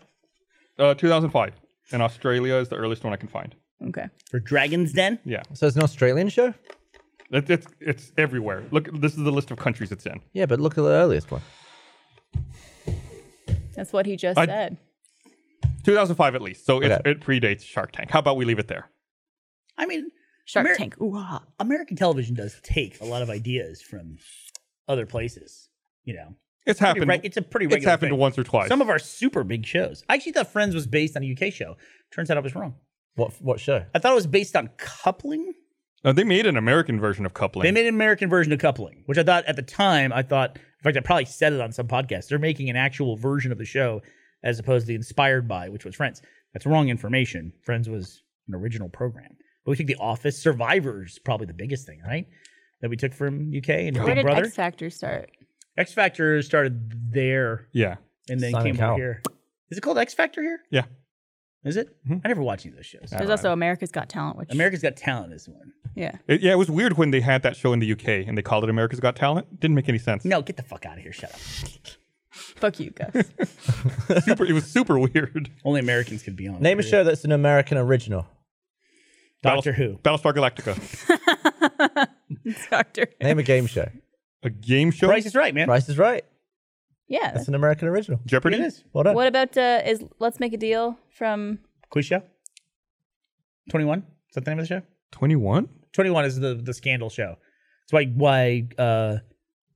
Uh, 2005 in Australia is the earliest one I can find. Okay. for Dragon's Den. Yeah, So it's an Australian show. it, it's it's everywhere. Look, this is the list of countries it's in. Yeah, but look at the earliest one. That's what he just I- said. 2005 at least. So it's, Okay. it predates Shark Tank. How about we leave it there? I mean, Shark Amer- Tank. Ooh, ah. American television does take a lot of ideas from other places. You know, It's Pretty happened. reg- it's a pretty regular it's happened thing. once or twice. Some of our super big shows. I actually thought Friends was based on a UK show. Turns out I was wrong. What what show? I thought it was based on coupling. Uh, they made an American version of coupling. They made an American version of coupling, which I thought at the time, I thought, in fact, I probably said it on some podcast. They're making an actual version of the show as opposed to the inspired by, which was Friends. That's wrong information. Friends was an original program. But we took The Office. Survivor's probably the biggest thing, right? That we took from UK and Where Big did Brother. X Factor start? X Factor started there yeah. and then Simon came Cowell. over here. Is it called X Factor here? Yeah. Is it? Mm-hmm. I never watched any of those shows. There's also America's Got Talent, which America's Got Talent is one. yeah. It, yeah, it was weird when they had that show in the UK and they called it America's Got Talent. Didn't make any sense. No, get the fuck out of here. Shut up. Fuck you, Gus. Super, it was super weird. Only Americans can be on. it. Name a show that's an American original. Doctor Who. Battlestar Galactica. Doctor. Name a game show. A game show? Price is right, man. Price is Right. Yeah. That's an American original. Jeopardy? It is. Well done. What about uh, is Let's Make a Deal from Quiz show? 21? Is that the name of the show? 21? 21 is the, the scandal show. It's why why uh,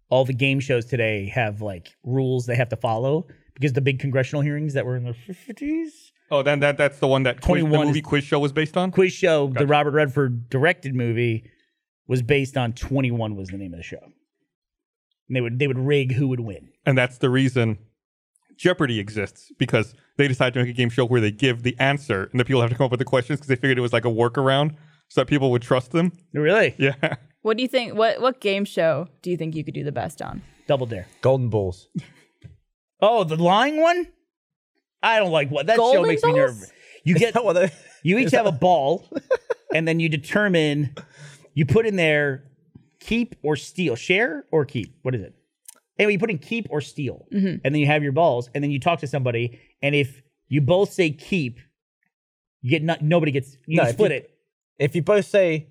all the game shows today have like rules they have to follow because the big congressional hearings that were in the 50s. Oh, then that, that's the one that quiz, the 21 is- movie quiz show was based on? Quiz show, Gotcha. the Robert Redford directed movie was based on 21 was the name of the show. And they would they would rig who would win. And that's the reason Jeopardy exists because they decided to make a game show where they give the answer and the people have to come up with the questions because they figured it was like a workaround so that people would trust them. Really? Yeah. what do you think? What what game show do you think you could do the best on? Double dare. Golden Balls. Oh, the lying one? I don't like what that show Golden makes balls? me nervous. You get Well, the- You each have a ball, and then you determine, you put in there keep or steal, share or keep. What is it? Anyway, you put in keep or steal, Mm-hmm. and then you have your balls, and then you talk to somebody, and if you both say keep, you get not, nobody gets you No, if split you- it. if you both say,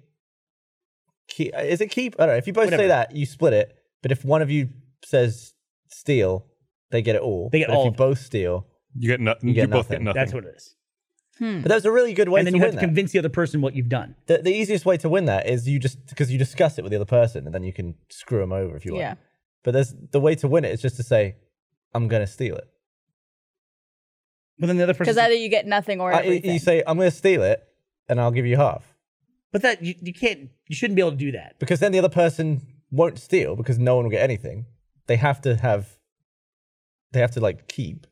keep, is it keep? I don't know. If you both Whatever. say that, you split it. But if one of you says steal, they get it all. They get But all If of you it. both steal, You get nothing. You, You get both get nothing. nothing. That's what it is. but there's a really good way And then to you have win to that. convince the other person what you've done. the, the easiest way to win that is you just because you discuss it with the other person and then you can screw them over if you want. Yeah. But there's the way to win it is just to say, I'm gonna steal it. But then the other person. Because either you get nothing or I- you- everything. you say, I'm gonna steal it, and I'll give you half. but that you, you can't. You shouldn't be able to do that. Because then the other person won't steal because no one will get anything. They have to have they have to like keep.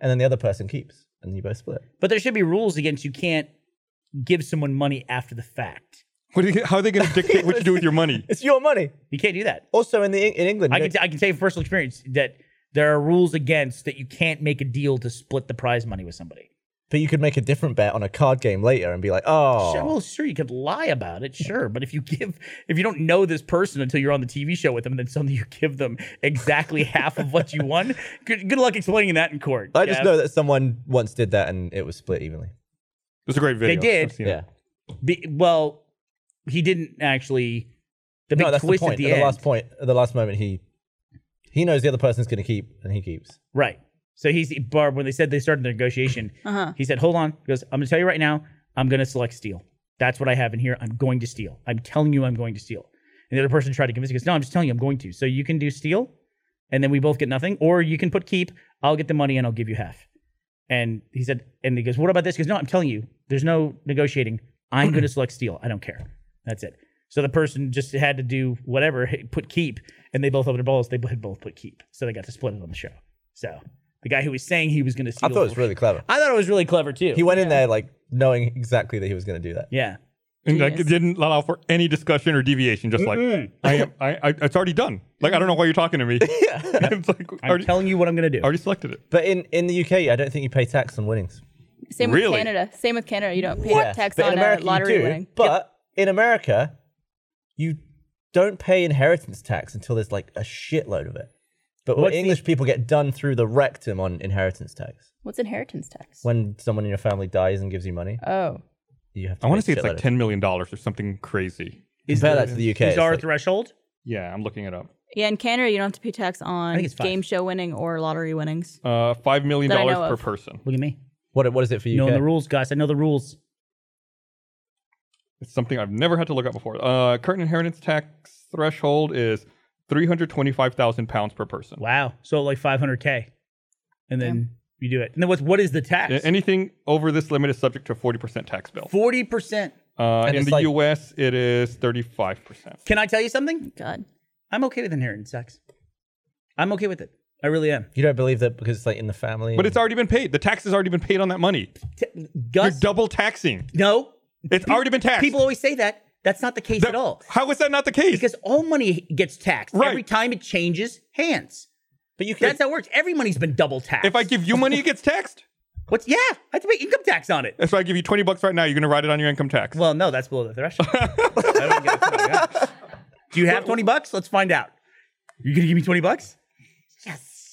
And then the other person keeps. And you both split. But there should be rules against you can't give someone money after the fact. What are you, how are they going to dictate what you do with your money? It's your money. You can't do that. Also in the in England, you I can, don't- t- I can tell you from personal experience that there are rules against that you can't make a deal to split the prize money with somebody. but you could make a different bet on a card game later and be like, oh Sure, well, sure, you could lie about it, sure, but if you give, if you don't know this person until you're on the TV show with them, then suddenly you give them exactly half of what you won. Good, good luck explaining that in court. I just Yeah. know that someone once did that and it was split evenly. It's a great they video. did. I've seen it. Be- well, he didn't actually. The big no, that's the twist point. at the At end, last point, at the last moment, he he knows the other person's going to keep, and he keeps. right? So he's Barb. When they said they started the negotiation, uh-huh. He said, "Hold on." He goes, "I'm going to tell you right now. I'm going to select steal. That's what I have in here. I'm going to steal. I'm telling you, I'm going to steal." And the other person tried to convince. He goes, "No, I'm just telling you, I'm going to. So you can do steal, and then we both get nothing, or you can put keep. I'll get the money and I'll give you half." And he said, and he goes, "What about this?" He goes, "No, I'm telling you, there's no negotiating. I'm going to select steal. I don't care. That's it." So the person just had to do whatever, put keep, and they both opened their balls. They had both put keep, so they got to split it on the show. So the guy who was saying he was going to I steal, thought it was really clever. I thought it was really clever too. He went in there like knowing exactly that he was going to do that. yeah. And like, it Genius. didn't allow for any discussion or deviation. Just like I am, I, I, it's already done. Like I don't know why you're talking to me. it's like I'm already, telling you what I'm going to do. already selected it. But in, in the UK, I don't think you pay tax on winnings. Same Really? with Canada. Same with Canada. You don't pay tax but on in a America, lottery you do. winning. But in America, you don't pay inheritance tax until there's like a shitload of it. But What's the- English people get done through the rectum on inheritance tax. What's inheritance tax? When someone in your family dies and gives you money, Oh, you have to I want to say pay it's a like shitload of it. ten million dollars or something crazy. Compare that to the UK. is it's our like- threshold? Yeah, I'm looking it up. yeah. In Canada, you don't have to pay tax on think it's five. game show winning or lottery winnings. Uh, five million That I dollars know per of. person. Look at me. what, what is it for You you? know the rules, guys. I know the rules. It's something I've never had to look up before. Uh, current inheritance tax threshold is three hundred twenty-five thousand pounds per person. Wow. So like 500k, and then you do it. And then what's what is the A- tax? Anything over this limit is subject to a forty percent tax bill. Forty percent. Uh, And in it's the like- U.S., it is thirty-five percent. Can I tell you something? God. I'm okay with inheritance tax. I'm okay with it. I really am. You don't believe that because it's like in the family. But and- it's already been paid. The tax has already been paid on that money. T- You're Gus, double taxing. no. It's already been taxed. People always say that. That's not the case That- at all. How is that not the case? Because all money gets taxed Right. every time it changes hands. but you can That's how it works. Every money's been double taxed. if I give you money, it gets taxed. what's yeah, I have to pay income tax on it. If I give you twenty bucks right now, you're gonna write it on your income tax. Well, no, that's below the threshold. I don't get it. Yeah. Do you have twenty bucks? Let's find out. You gonna give me twenty bucks?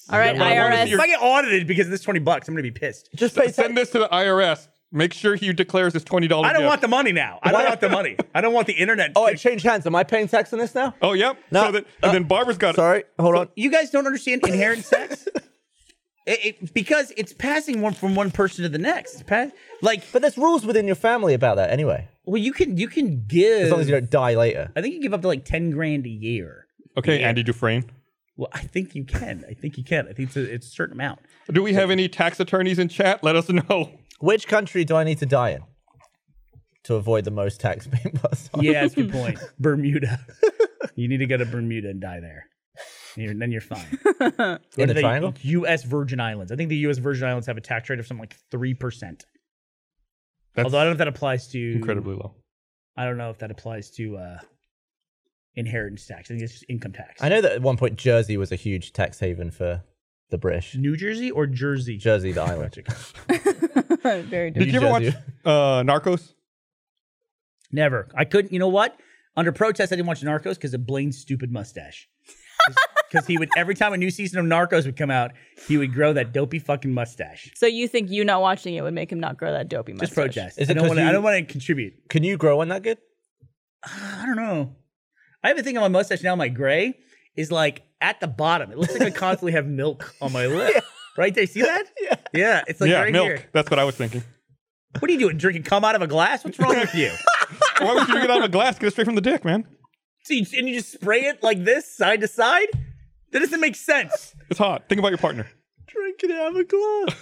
All right, but I wanna IRS. see If I get audited because of this twenty bucks, I'm gonna be pissed. just pay tax. Send this to the IRS. Make sure he declares his twenty dollars. I don't want the money now. I don't want the money. I don't want the internet. Oh, it changed hands. Am I paying tax on this now? Oh yep. No, so that, and uh, then Barbara's got Sorry, hold on. you guys don't understand inheritance tax. It, it, because it's passing one from one person to the next. It's Pass, like, But there's rules within your family about that anyway. well, you can you can give. As long as you don't die later. I think you give up to like ten grand a year. it. Okay, Andy Dufresne. Well, I think you can. I think you can. I think it's a, it's a certain amount. Do we have any tax attorneys in chat? Let us know. Which country do I need to die in to avoid the most tax being passed on? Yeah, that's a good point. Bermuda. You need to go to Bermuda and die there. And you're- then you're fine. in the The triangle? U.S. Virgin Islands. I think the U.S. Virgin Islands have a tax rate of something like three percent. That's Although I don't know if that applies to incredibly low. I don't know if that applies to uh, inheritance tax. I think it's just income tax. I know that at one point Jersey was a huge tax haven for the British. New Jersey or Jersey? Jersey, the island. Very Did different. New you ever watch Jersey. uh, Narcos? Never. I couldn't. You know what? Under protest, I didn't watch Narcos because of Blaine's stupid mustache. Because he would every time a new season of Narcos would come out, he would grow that dopey fucking mustache. So you think you not watching it would make him not grow that dopey mustache? Just protest. Is I it don't 'cause want. to I you- don't want to contribute. Can you grow one that good? I don't know. I have a thing on my mustache now. My gray is like at the bottom. It looks like I constantly have milk on my lip. Right there. See that? Yeah. Yeah. It's like yeah, right milk. here. That's what I was thinking. What are you doing? Drinking cum out of a glass? What's wrong with you? Why would you drink it out of a glass? Get it straight from the dick, man. So you, and you just spray it like this, side to side? That doesn't make sense. It's hot. Think about your partner. Drinking out of a glass.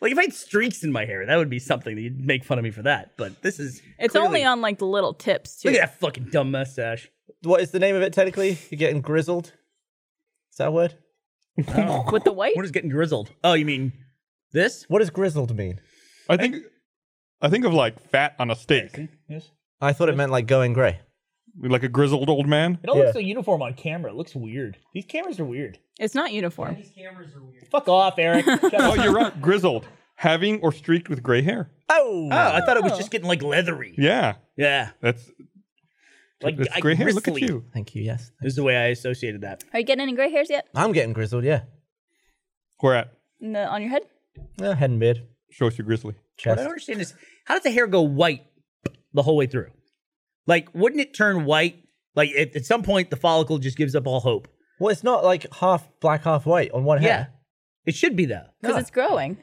Like if I had streaks in my hair, that would be something that you'd make fun of me for that. But this is It's clearly- only on like the little tips too. Look at that fucking dumb mustache. What is the name of it technically? You're getting grizzled? Is that a word? With the white? What is getting grizzled? Oh, you mean this? What does grizzled mean? I think I think of like fat on a steak. I thought it meant like going grey. Like a grizzled old man. It all Yeah. looks so uniform on camera. It looks weird. These cameras are weird. It's not uniform. Fuck off, Eric. Shut up. Oh, you're right. Grizzled. Having or streaked with gray hair. Oh! Oh, I thought it was just getting like leathery. Yeah. Yeah. That's Like, that's like gray hair. Look at bristly. you. Thank you, yes. This is the way I associated that. Are you getting any gray hairs yet I'm getting grizzled, yeah. We're at. in the, on your head? Yeah, head and beard. Show us your grizzly. What I don't Chest. understand is how does the hair go white the whole way through? Like, wouldn't it turn white? Like at, at some point, the follicle just gives up all hope. Well, it's not like half black, half white on one Yeah, hair. it should be though. Because it's growing.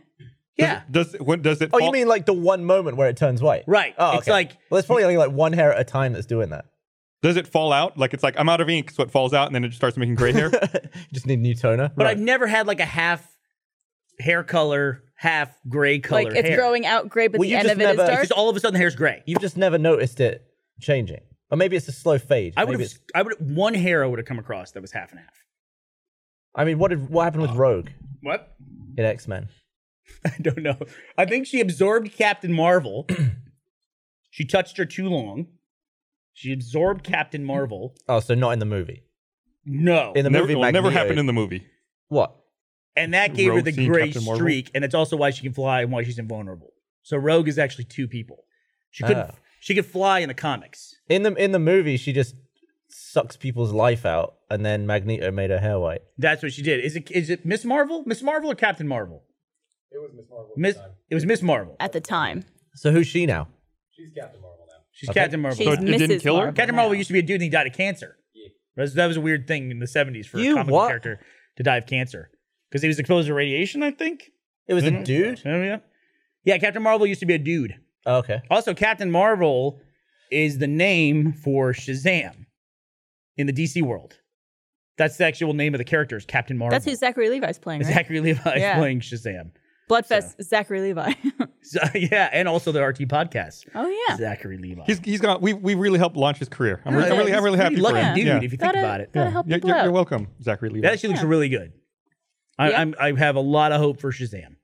Yeah, Does it, when, does it Oh, fall- you mean like the one moment where it turns white? Right. Oh, It's okay. like- well, it's probably only like one hair at a time that's doing that. does it fall out? Like it's like I'm out of ink, so it falls out and then it just starts making gray hair. You just need a new toner. but I've never had like a half hair color, half gray color. Like it's hair. growing out gray, but Well, the you end just of it is never- dark. Just all of a sudden, the hair's gray. You've just never noticed it changing, or maybe it's a slow fade. I would Maybe have. it's- I would one hair I would have come across that was half and half. I mean, what did what happened Oh. with Rogue What? in X Men? I don't know. I think she absorbed Captain Marvel. she touched her too long. She absorbed Captain Marvel. Oh, so not in the movie. No. In the never, movie, well, never Magneto- happened in the movie. what? and that gave her Rogue the scene, gray Captain Marvel. streak, and it's also why she can fly and why she's invulnerable. So Rogue is actually two people. She could not Ah. she could fly in the comics. In the in the movie, she just sucks people's life out, and then Magneto made her hair white. That's what she did. Is it is it Miss Marvel, Miss Marvel, or Captain Marvel? It was Miss Marvel. Miss it was Miss Marvel. at the time. So who's she now? She's Captain Marvel. She's So it- it didn't Mrs. kill her? Marvel Captain now. Marvel used to be a dude and he died of cancer. That's- That was a weird thing in the 70s for You a comic book what? character to die of cancer because he was exposed to radiation, I think. It was Mm-hmm. a dude. Oh, yeah. Yeah, Captain Marvel used to be a dude. Oh, okay. Also, Captain Marvel is the name for Shazam in the DC world. That's the actual name of the character is Captain Marvel. That's who Zachary Levi's playing, right? Zachary Levi is Yeah. playing Shazam. Bloodfest Zachary Levi. So, yeah, and also the RT podcast. oh yeah. Zachary Levi. He's he's got we we really helped launch his career. I'm, really Oh, Yeah, I'm really he's I'm really a happy pretty for lucky him. dude Yeah. if you think Gotta- about it. gotta help You're, people you're- out. you're welcome, Zachary That Levi. actually looks really good. I, Yeah. I'm, I have a lot of hope for Shazam.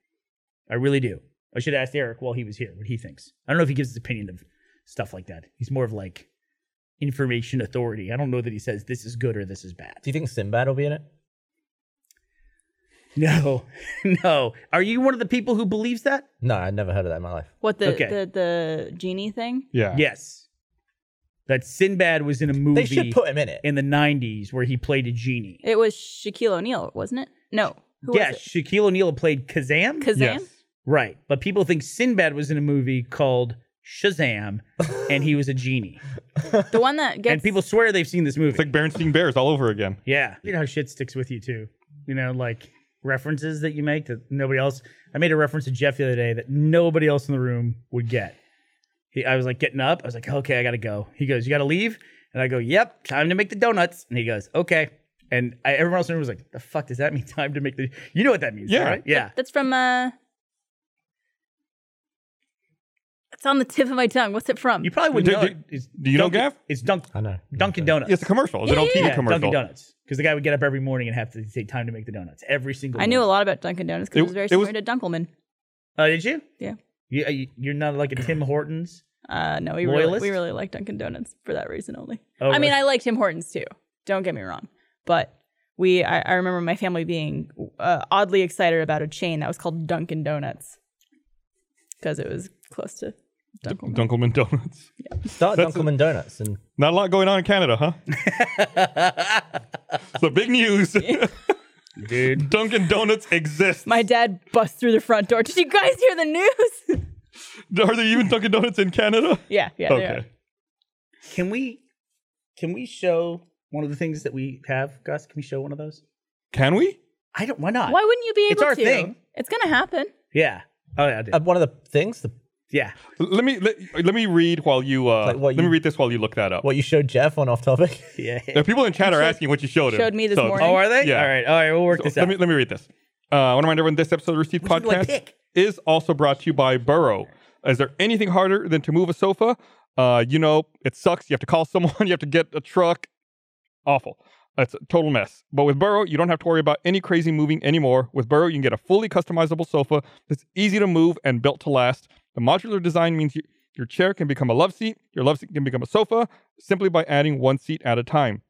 I really do. I should have asked Eric while he was here what he thinks. I don't know if he gives his opinion of stuff like that. He's more of like information authority. I don't know that he says this is good or this is bad. Do you think Sinbad will be in it? No, no. Are you one of the people who believes that? No, I'd never heard of that in my life. What the, Okay. the the genie thing? yeah. Yes. That Sinbad was in a movie They should put him in it. in the 90s where he played a genie. It was Shaquille O'Neal, wasn't it? No. Who yeah, was it? Shaquille O'Neal played Kazam. Kazam? Yes. Right. But people think Sinbad was in a movie called Shazam and he was a genie. The one that gets And people swear they've seen this movie. It's like Bernstein Bears all over again. yeah. You know how shit sticks with you too. You know, like references that you make that nobody else I made a reference to Jeff the other day that nobody else in the room would get. He, I was like getting up. I was like, okay, I gotta go. He goes, You gotta leave? And I go, Yep, time to make the donuts. And he goes, Okay. And I, everyone else in the room was like, the fuck does that mean? Time to make the You know what that means, Yeah. right? Yeah. That's from uh It's on the tip of my tongue. What's it from? You probably would Do- know. do- it. It's do you know, Dunkin- Gav? It's Dunk, I know. Dunkin' Donuts. It's a commercial. It's an old TV yeah, commercial. Dunkin' Donuts. Because the guy would get up every morning and have to say time to make the donuts every single. I knew a morning. lot about Dunkin' Donuts because It- it, was very it was- similar to Dunkelman. Oh, did you? Yeah. You, uh, you you're not like a Tim Hortons. Uh, no, we really, Loyalist? we really like Dunkin' Donuts for that reason only. Oh, I mean, right. I like Tim Hortons too. Don't get me wrong, but we I, I remember my family being uh, oddly excited about a chain that was called Dunkin' Donuts because it was close to Dunkin'. Dunkelman Donuts. Start That's a- Dunkelman Donuts and Not a lot going on in Canada, huh? so big news. Dude, Dunkin' Donuts exists. my dad busts through the front door. Did you guys hear the news? Are there even Dunkin' Donuts in Canada? yeah, yeah. they are. Okay. can we can we show one of the things that we have, Gus? Can we show one of those? Can we? I don't. Why not? Why wouldn't you be able It's our to? thing. It's gonna happen. Yeah. Oh yeah. I did. uh, one of the things, the, yeah. Let me let, let me read while you uh Like let what me you- read this while you look that up. what you showed Jeff on off topic. Yeah. Uh, people in chat are asking what you showed him. showed me this So- morning. Oh, are they? Yeah. All right. All right. We'll work so this let out. me let me read this. Uh, I want to remind everyone this episode of Receipt Which one do I Podcast pick? is also brought to you by Burrow. Is there anything harder than to move a sofa? Uh, you know, it sucks. You have to call someone. You have to get a truck. Awful. It's a total mess. But with Burrow, you don't have to worry about any crazy moving anymore. With Burrow, you can get a fully customizable sofa that's easy to move and built to last. The modular design means you, your chair can become a love seat, your love seat can become a sofa simply by adding one seat at a time.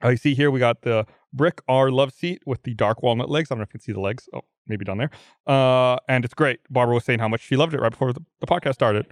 I see here we got the brick R love seat with the dark walnut legs. I don't know if you can see the legs. Oh, maybe down there. Uh, and it's great. Barbara was saying how much she loved it right before the, the podcast started.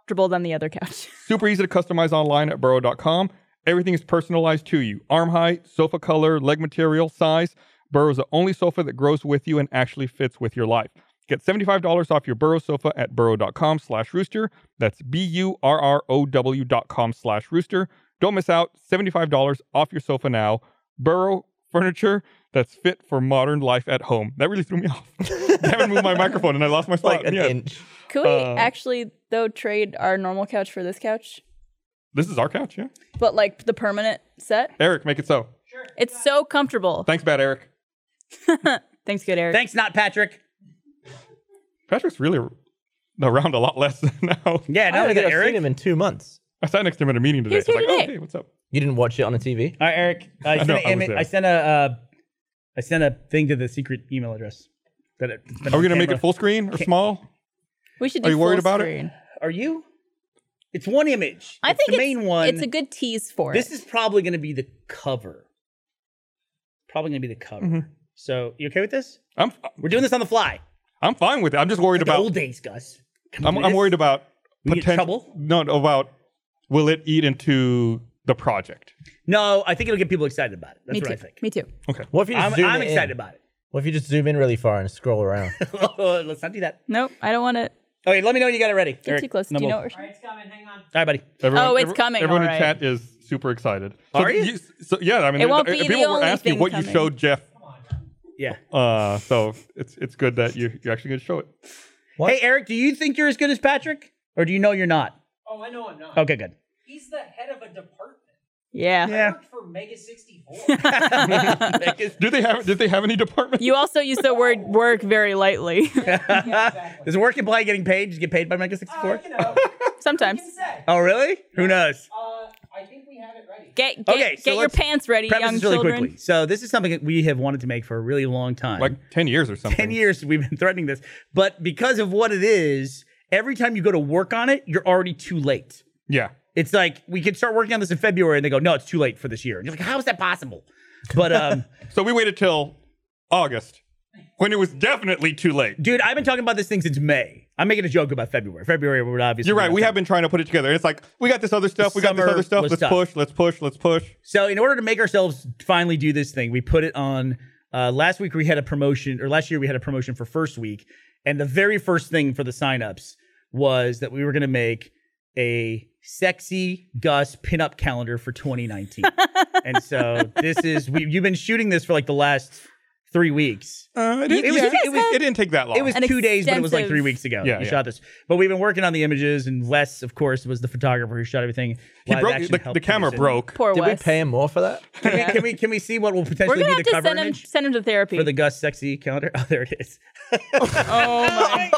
Comfortable than the other couch. Super easy to customize online at burrow.com. Everything is personalized to you arm height, sofa color, leg material, size. Burrow is the only sofa that grows with you and actually fits with your life. Get $75 off your Burrow sofa at burrow.com slash rooster. That's B U R R O W dot com slash rooster. Don't miss out. $75 off your sofa now. Burrow furniture that's fit for modern life at home. That really threw me off. I haven't moved my microphone and I lost my It's like spot. an Yeah. inch. Could we Uh, actually though trade our normal couch for this couch? This is our couch, yeah. But like the permanent set? Eric, make it so. It's so comfortable. Thanks, bad Eric. Thanks, good Eric. Thanks, not Patrick. Patrick's really uh, around a lot less now. I Yeah. Now don't we think got I've seen Eric. him in two months. I sat next to him at a meeting today. He was here I was like, today. oh, hey, what's up? You didn't watch it on a TV. All right, Eric. I sent know, an I was image- there. I sent a uh, I sent a thing to the secret email address. That it, it's been Are we going on to make camera. it full screen or small? we should Are do you worried full about it? screen. Are you? It's one image. I It's think the it's, main one. it's a good tease for This it. is probably going to be the cover. Probably going to be the cover. Mm-hmm. So you okay with this? I'm We're doing this on the fly. I'm fine with it. I'm just worried Like the about old days, Gus. Can we I'm, do I'm this? worried about We get in potential. trouble? No, no, about will it eat into the project? No, I think it'll get people excited about it. That's Me what too. I think. Oh. Me too. What if you just I'm, zoom I'm it in? excited about it. What if you just zoom in really far and scroll around? Let's not do that. Nope, I don't want to Okay, let me know when you got it ready. get too close. Do you know what we're- All right, buddy. Everyone, Oh, it's every- coming, Everyone all in right. chat is super excited. So Are you? So yeah, I mean, It there- won't there- be the people were only asking thing what you coming. showed Jeff. Yeah. Uh, so it's it's good that you you're actually going to show it. What? Hey, Eric, do you think you're as good as Patrick, or do you know you're not? Oh, I know I'm not. Okay, good. He's the head of a department. Yeah. I worked for Mega 64. Do they have? Did they have any department? You also use the word work very lightly Does work imply getting paid? Did you get paid by Mega uh, 64? you know, I sometimes. can say. Oh, really? Who knows? Uh, I think we have it ready. Get get, Okay, so get your let's pants ready, Preface young this really children. quickly. So this is something that we have wanted to make for a really long time. Like ten years or something. 10 years we've been threatening this. But because of what it is, every time you go to work on it, you're already too late. Yeah. It's like we could start working on this in February and they go, no, it's too late for this year. And you're like, how is that possible? But um, So we waited till August when it was definitely too late. dude, I've been talking about this thing since May. I'm making a joke about February. February would obviously You're right. not We happen. have been trying to put it together. It's like we got this other stuff. We got this Summer other stuff. was Let's tough. push. Let's push. Let's push. So in order to make ourselves finally do this thing, we put it on. Uh, last week we had a promotion, or last year we had a promotion for first week, and the very first thing for the signups was that we were going to make a sexy Gus pinup calendar for 2019. and so this is we, you've been shooting this for like the last three weeks. Uh, it, You- didn't- you yeah, guys it was- had- it didn't take that long. It was An two days, but it was like three extensive- weeks ago. Yeah, you yeah. shot this, but we've been working on the images, and Wes, of course, was the photographer who shot everything. he Live broke, action the, helped the camera produce it. broke. Poor Did we Wes. pay him more for that? Can we, can we can we see what will We're potentially gonna be have the to cover send him image send him to therapy. for the Gus sexy calendar? Oh, there it is. oh my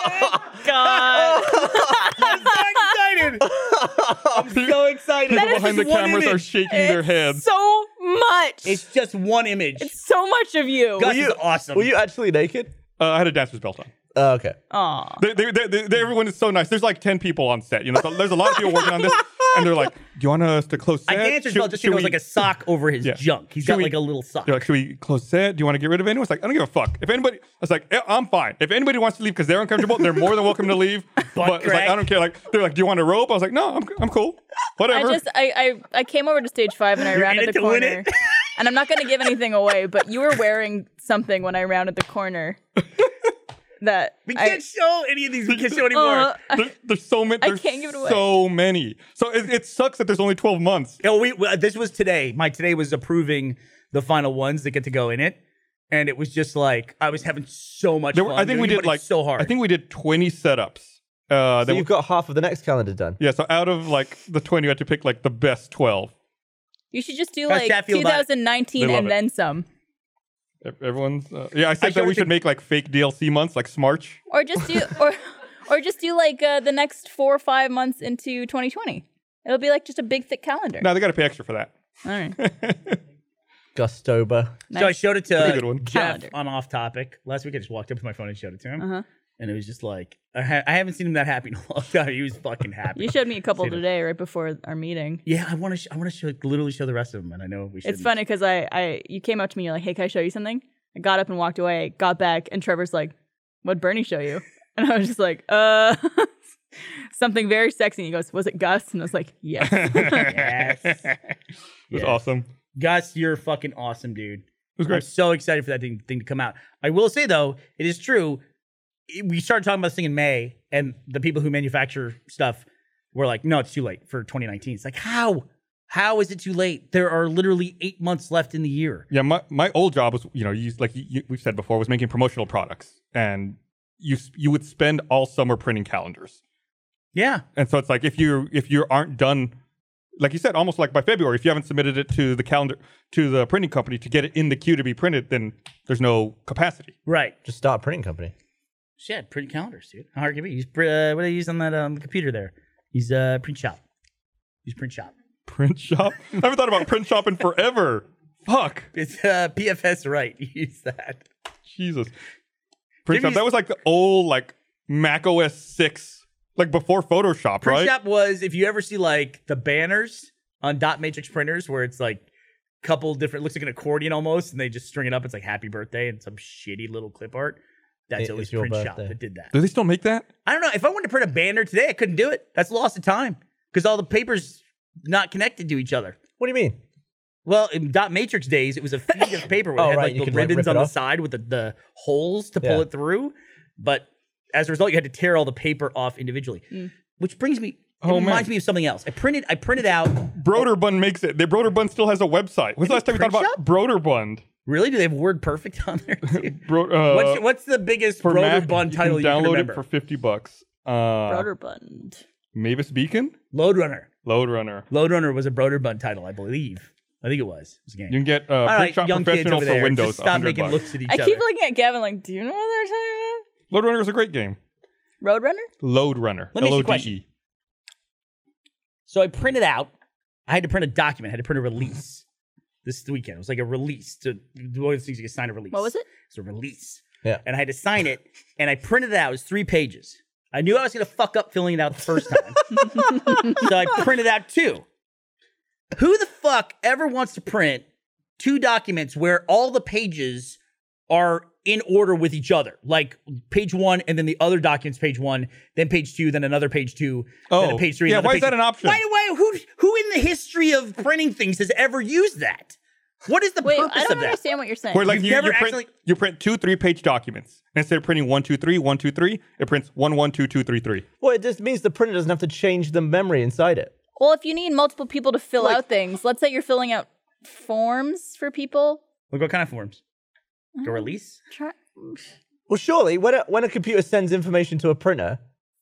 god! excited. I'm so excited. People behind the It's one cameras image. are shaking their It's heads. So much. It's just one image. so much of you. Gus is awesome. Were you actually naked? Uh, I had a dancer's belt on. Oh, okay. Aw. They, they, they, they, they- everyone is so nice. There's like ten people on set. You know, so there's a lot of people working on this, and they're like, "Do you want us to close I set? can't just Should- tell just should because we-" like a sock over his Yeah. junk. He's Should got we- like a little sock. They're like, should we close set? Do you want to get rid of anyone? It's like, I don't give a fuck. If anybody, I was like, "Eh, I'm fine. If anybody wants to leave because they're uncomfortable, they're more than welcome to leave. but it's like, crack. I don't care. Like, they're like, do you want a rope? I was like, no, I'm, I'm cool. I Whatever. just I, I I came over to stage five and I rounded in it the to win corner. it? And I'm not going to give anything away, but you were wearing something when I rounded the corner. That we I- can't show any of these. We can't show anymore. Uh, There- there's so many. I There's can't give it away. So many. So it, it sucks that there's only 12 months. No, we, we- this was today. My today was approving the final ones that get to go in it, and it was just like I was having so much There were- fun. I think we doing it, did but like it's so hard. I think we did 20 setups. Uh, So that you've got half of the next calendar done. yeah. So out of like the 20, you had to pick like the best 12. you should just do How's like Chad feel about it? 2019 They love and it. then some, Ev- Everyone's uh, yeah. I said that I we started should to- make like fake DLC months, like Smarch. or just do or or just do like uh, the next four or five months into 2020. It'll be like just a big thick calendar. No, they got to pay extra for that. All right. Gustoba. So I showed it to good one. Jeff Calendar. Uh-huh. on off topic. Last week I just walked up to my phone and showed it to him. And it was just like, I, ha- I haven't seen him that happy in a long time. He was fucking happy. You showed me a couple Seen it. today right before our meeting. yeah, I want to. Sh- I want to show, literally show the rest of them, and I know we should. It's funny because I, I, you came up to me, you're like, "Hey, can I show you something?" I got up and walked away, got back, and Trevor's like, "What'd Bernie show you?" And I was just like, "Uh, something very sexy." And he goes, "Was it Gus?" And I was like, "Yes." Yes. It's Yes. awesome. Gus, you're fucking awesome, dude. was I'm great. so excited for that thing, thing to come out. I will say though, it is true. it- we started talking about this thing in May, and the people who manufacture stuff were like, "No, it's too late for 2019." It's like, how? How is it too late? There are literally eight months left in the year. Yeah, my, my old job was, you know, you, like you, you- we've said before, was making promotional products, and you s- you would spend all summer printing calendars, Yeah, and so it's like if you if you aren't done, like you said, almost like by February, if you haven't submitted it to the calendar to the printing company to get it in the queue to be printed, then there's no capacity. right. Just start a printing company. Shit, print calendars, dude. How hard can it be? Use, uh, what do they use on that um, computer there? Use uh, print shop. Use print shop. Print shop? I haven't thought about print shop in forever. Fuck, It's uh, PFS right. Use that. Jesus. Print Maybe shop. That was like the old like Mac OS six, like before Photoshop, Print right? shop was if you ever see like the banners on dot matrix printers where it's like couple different looks like an accordion almost and they just string it up. It's like happy birthday and some shitty little clip art. That's It always is your print shop birthday. that did that. Do they still make that? I don't know. If I wanted to print a banner today, I couldn't do it. That's lost of time because all the papers not connected to each other. What do you mean? Well, in dot matrix days, it was a feed of paper Oh, where it had right, like you the could, like, ribbons rip it on the off. side with the, the holes to pull Yeah. it through. But as a result, you had to tear all the paper off individually. Mm. Which brings me it Oh, man. reminds me of something else. I printed I printed out Broderbund makes it. The Broderbund still has a website. When's the last time we thought print about shop? Broderbund? really? Do they have word perfect on there? too? Bro, uh, what's, what's the biggest for Broder Mac, Bun you title can you can download remember? it for fifty bucks. Uh, Broderbund. Mavis Beacon, Load Runner. Load Runner. Load Runner was a Broderbund title, I believe. I think it was. It was a game. You can get uh, All Print right, Shop young kids Professional over for there. Windows. just stop 100 making bucks. looks at each I other. keep looking at Gavin like, do you know what they're Load Runner is a great game. talking about? Roadrunner? Load Runner. Let me ask you L a O D E. question. So I printed out. I had to print a document. I had to print a release this weekend. It was like a release to one of the things you can sign a release. What was it? It's a release. Yeah. And I had to sign it, and I printed it out. It was three pages. I knew I was going to fuck up filling it out the first time, so I printed out two. Who the fuck ever wants to print two documents where all the pages are in order with each other, like page one, and then the other documents, page one, then page two, then another page two, then Oh, a page three. yeah, another why is page that an option? Why, why, who, who in the history of printing things has ever used that? What is the Wait, purpose I don't of that? understand what you're saying. Where like You've you, never you print, actually- you print two three page documents. And instead of printing one, two, three, one, two, three, it prints one, one, two, two, three, three. Well, it just means the printer doesn't have to change the memory inside it. well, if you need multiple people to fill out things, let's say you're filling out forms for people. Look what kind of forms. Mm-hmm. Go release. Try- Well, surely when a, when a computer sends information to a printer,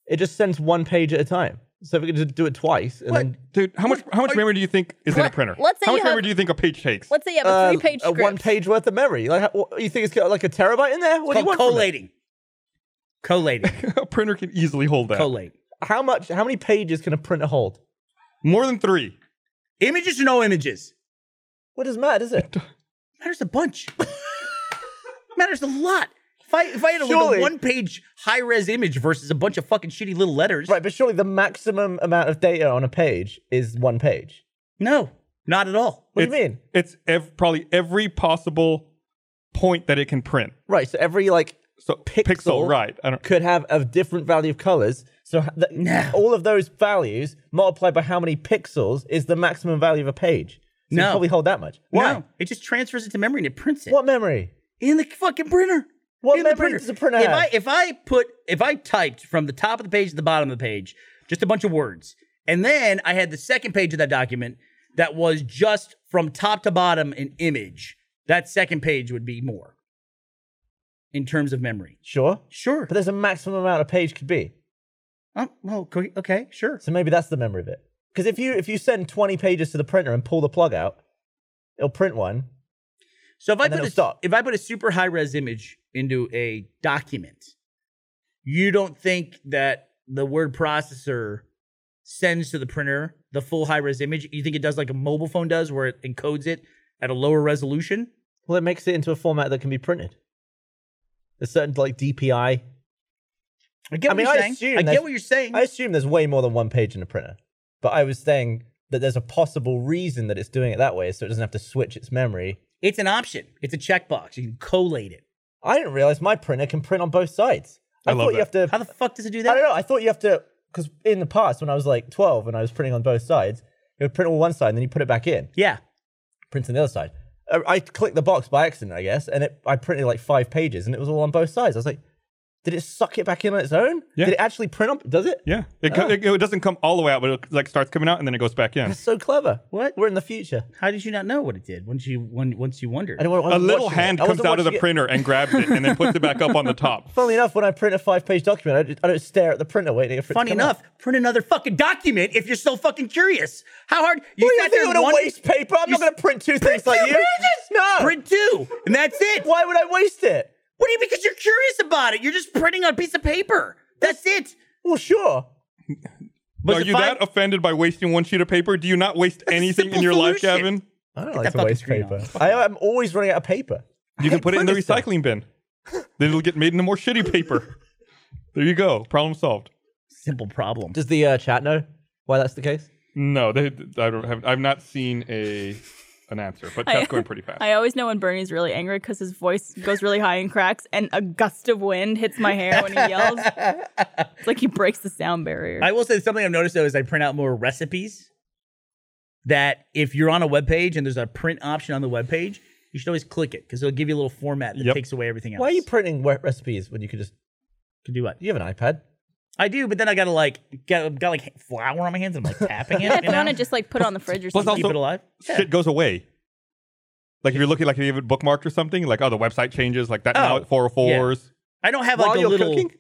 it just sends one page at a time. So if we could just do it twice, and then Dude, how much how much memory do you think is in a Let- printer? let's say how you much memory have- do you think a page takes? let's say you have a Um, uh, three page a script. one page worth of memory. Like, how, what, you think it's got like a terabyte in there? What do you want? Called from it? collating. Collating. a printer can easily hold that. Collate. How much? How many pages can a printer hold? More than three. Images or no images? What does matter? Does it? Matters a bunch. Matters a lot. If I, if I had a, Surely. one page high res image versus a bunch of fucking shitty little letters. right, but surely the maximum amount of data on a page is one page. No, not at all. What do you It's- mean? It's ev- probably every possible point that it can print. Right, so every like So Pixel. pixel right. I don't could have a different value of colors. So h- th- No. all of those values multiplied by how many pixels is the maximum value of a page. So you No. probably hold that much. Why? No, it just transfers it to memory and it prints it What memory? in the fucking printer. What in memory does the printer if have? I if I put if I typed from the top of the page to the bottom of the page just a bunch of words, and then I had the second page of that document that was just from top to bottom an image. That second page would be more in terms of memory. Sure, Sure. but there's a maximum amount a page could be. Oh, well, co- okay, sure. So maybe that's the memory of it. Because if you if you send 20 pages to the printer and pull the plug out, it'll print one. So if I And then put a, it'll stop. if I put a super high res image into a document, you don't think that the word processor sends to the printer the full high res image? You think it does like a mobile phone does, where it encodes it at a lower resolution? Well, it makes it into a format that can be printed. There's certain like DPI. I get I what mean, you're I assume saying. I that's- get what you're saying. I assume there's way more than one page in a printer, but I was saying that there's a possible reason that it's doing it that way, so it doesn't have to switch its memory. it's an option. It's a checkbox. You can collate it. I didn't realize my printer can print on both sides. I, I love thought you have to. How the fuck does it do I don't that? know. I thought you have to because in the past when I was like 12 and I was printing on both sides, it would print on one side and then you put it back in, Yeah. print on the other side. I, I clicked the box by accident, I guess, and it I printed like five pages and it was all on both sides. I was like, did it suck it back in on its own? Yeah. Did it actually print on? Does it? Yeah. It, co- Oh. it, it doesn't come all the way out, but it like starts coming out and then it goes back in. That's so clever. What? We're in the future. How did you not know what it did once you when, once you wondered? I don't, I A wasn't little watching it. hand I comes wasn't out of the watching it. printer and grabs it and then puts it back up on the top. Funnily enough, when I print a five-page document, I, just, I don't stare at the printer waiting for it. to Funny come out. enough, print another fucking document if you're so fucking curious. How hard you What do sat you there think I'm gonna one- waste paper? I'm you not gonna s- print two print things like two you. Pages? No. print two, and that's it. Why would I waste it? What do you? Because you're curious about it. You're just printing on a piece of paper. That's it. Well, sure. Are it you fine? that offended by wasting one sheet of paper? Do you not waste a anything simple in your life, solution. Gavin? I don't that like to fucking waste screen paper. off. I am always running out of paper. You can put it in the printed stuff. recycling bin. Then it'll get made into more shitty paper. There you go. Problem solved. Simple problem. Does the uh, chat know why that's the case? No, they, I don't have. I've not seen a an answer, but that's going pretty fast. I always know when Bernie's really angry because his voice goes really high and cracks, and a gust of wind hits my hair when he yells. it's like he breaks the sound barrier. I will say something I've noticed though is I print out more recipes. That if you're on a web page and there's a print option on the web page, you should always click it because it'll give you a little format that Yep. takes away everything else. Why are you printing wet recipes when you could just? can do what? You have an iPad. I do, but then I gotta like got, got like flour on my hands and I'm like tapping it. yeah, if you you know? want to just like put it on the fridge or plus something. keep also- it alive. Yeah. Shit goes away. Like if you're looking, like if you have it bookmarked or something, like oh the website changes, like that now Oh, at 404s. I don't have While like a you're little. cooking?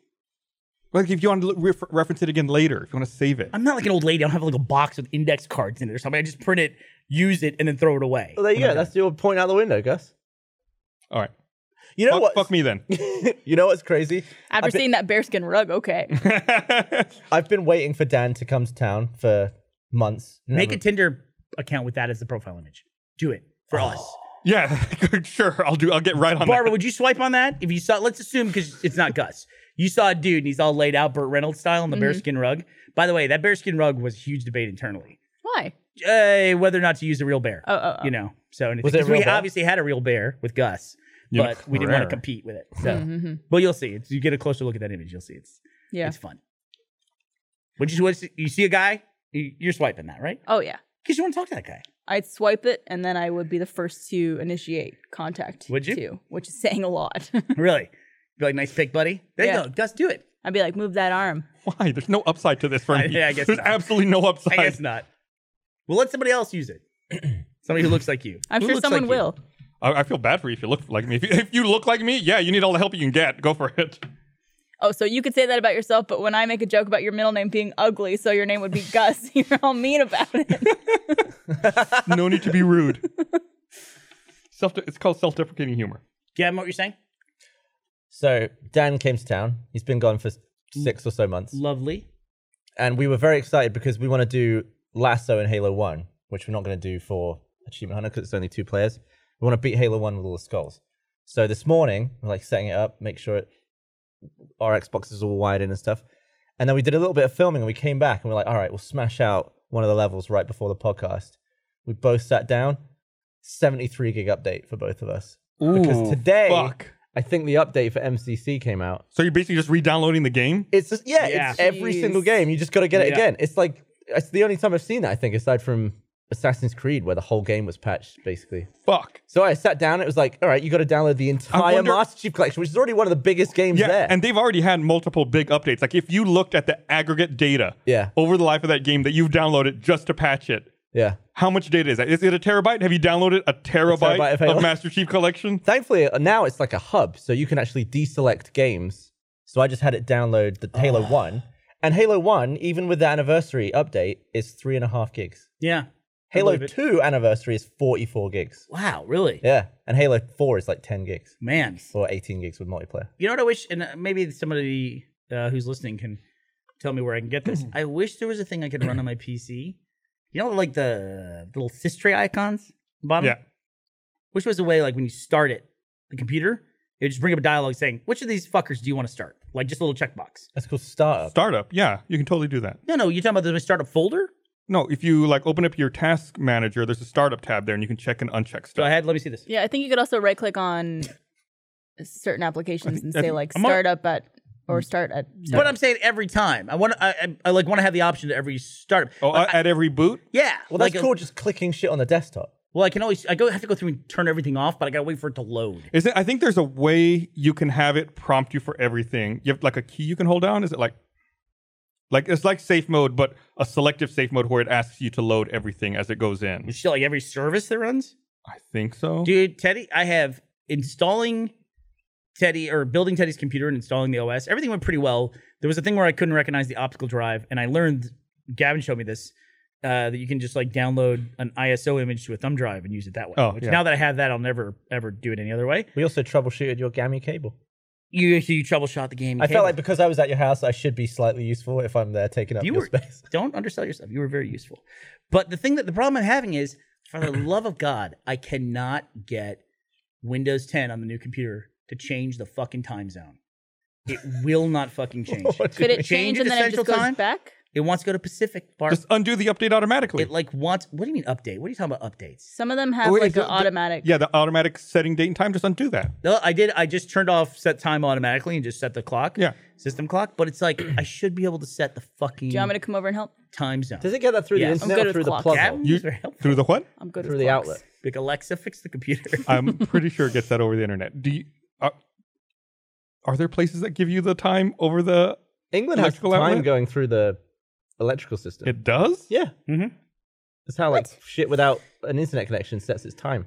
Like if you want to look- ref- reference it again later, if you want to save it. I'm not like an old lady. I don't have like a box with index cards in it or something. I just print it, use it, and then throw it away. Well, there you go. That's your point out the window, Gus. All right. You know fuck, what? fuck me then. you know what's crazy? After I've been- seeing that bearskin rug, okay. I've been waiting for Dan to come to town for months. Make Never- a Tinder account with that as the profile image. Do it Oh, for us. yeah, sure. I'll do. I'll get right on Barbara, would you swipe on that if you saw? Let's assume because it's not Gus. You saw a dude and he's all laid out, Burt Reynolds style, on the bearskin rug. By the way, that bearskin rug was a huge debate internally, Why? uh, whether or not to use a real bear. Oh, oh, oh. You know, so and Was it's- it a real we bear? obviously had a real bear with Gus, Yeah, but we didn't want rare. to compete with it. So, Mm-hmm. well, you'll see. It's, you get a closer look at that image, you'll see it's Yeah. it's fun. Would you what's- you see a guy? You- You're swiping that right Oh yeah. because you want to talk to that guy. I'd swipe it, and then I would be the first to initiate contact. Would you? Too, which is saying a lot. Really, be like, nice pick, buddy. There Yeah. you go, Gus. Do it. I'd be like, move that arm. that. Why? There's no upside to this for I- me. yeah, I guess There's not. absolutely no I upside. guess not. Well, let somebody else use it. somebody who looks like you. I'm Who sure looks like someone you? will. I, I feel bad for you if you look like me. If you, if you look like me, yeah, you need all the help you can get. Go for it. Oh, so you could say that about yourself, but when I make a joke about your middle name being ugly, so your name would be Gus, you're all mean about it. No need to be rude. Self. It's called self-deprecating humor. Yeah, what you're saying. So Dan came to town. He's been gone for s- six or so months, Lovely. and we were very excited because we want to do Lasso and Halo One, which we're not going to do for Achievement Hunter because it's only two players. We want to beat Halo One with all the skulls. So this morning, we're like setting it up, make sure it, our Xbox is all wired in and stuff. And then we did a little bit of filming, and we came back and we're like, all right, we'll smash out one of the levels right before the podcast. We both sat down. 73 gig update for both of us. because today, fuck. I think the update for MCC came out. So you're basically just re-downloading the game. It's just yeah, Yeah. it's every Jeez. single game. You just got to get it Yeah. again. It's like it's the only time I've seen that I think, aside from Assassin's Creed, where the whole game was patched basically. Fuck. So I sat down. It was like, all right, you got to download the entire wonder- Master Chief Collection, which is already one of the biggest games Yeah, there. and they've already had multiple big updates. Like if you looked at the aggregate data Yeah. over the life of that game that you've downloaded just to patch it, yeah, how much data is that? Is it a terabyte? Have you downloaded a terabyte, terabyte of of, Halo. Master Chief Collection? thankfully uh, now it's like a hub, so you can actually deselect games. So I just had it download the Halo One, and Halo One, even with the anniversary update, is three and a half gigs. Yeah. Halo believe it. Two anniversary is forty-four gigs. Wow. Really? Yeah, and Halo Four is like ten gigs. Man. or 18 gigs with multiplayer. You know what I wish, and uh, maybe somebody uh, who's listening can tell me where I can get this. I wish there was a thing I could run on my PC. You know, like the little Sistray icons bottom. Yeah. Which was a way, like when you start it, the computer, it would just bring up a dialogue saying, "Which of these fuckers do you want to start?" Like just a little checkbox. That's called startup. Startup. Yeah, you can totally do that. No, no, you're talking about the startup folder. No, if you like open up your task manager, there's a startup tab there and you can check and uncheck Go stuff. ahead. Let me see this. yeah, I think you could also right click on certain applications and I say think- like I'm not- start up at or start at. But I'm saying every time I want, I, I, I like want to have the option to every startup. Oh, Like, I- at every boot? yeah. Well, that's like a- called just clicking shit on the desktop. Well, I can always I go have to go through and turn everything off, but I gotta wait for it to load. Is it I think there's a way you can have it prompt you for everything. You have like a key you can hold down. Is it like like it's like safe mode, but a selective safe mode where it asks you to load everything as it goes in. It's still like every service that runs, I think so. dude. Teddy, I have installing Teddy or building Teddy's computer and installing the OS. Everything went pretty well. There was a thing where I couldn't recognize the optical drive, and I learned. Gavin showed me this uh, that you can just like download an ISO image to a thumb drive and use it that way. Oh, which yeah. now that I have that, I'll never ever do it any other way. We also troubleshooted your GAMI cable. You you troubleshot the game. I felt cable. like because I was at your house, I should be slightly useful if I'm there taking up You your were- space. don't undersell yourself. You were very useful. But the thing that the problem I'm having is, for the love of God, I cannot get Windows 10 on the new computer to change the fucking time zone. It will not fucking change. could it change Change it and to then it just Central goes Time? back? It wants to go to Pacific Bar. Just undo the update automatically. It like wants. What do you mean update? What are you talking about updates? Some of them have Oh, wait, like the- an the- automatic. yeah, the automatic setting date and time. Just undo that. No, I did. I just turned off set time automatically and just set the clock. Yeah. System clock. But it's like I should be able to set the fucking Do you want me to come over and help? time zone. Does it get that through Yes. the I'm internet good or with through the clocks. plug? Gavin hole? You- was very helpful. Through the what? I'm good Through with the clocks. outlet. Like Alexa, fix the computer. I'm pretty sure it gets that over the internet. Do you, are, are there places that give you the time over the? England has Electrical time outlet? going through the electrical system. It does. yeah. Mhm. That's how like shit without an internet connection sets its time.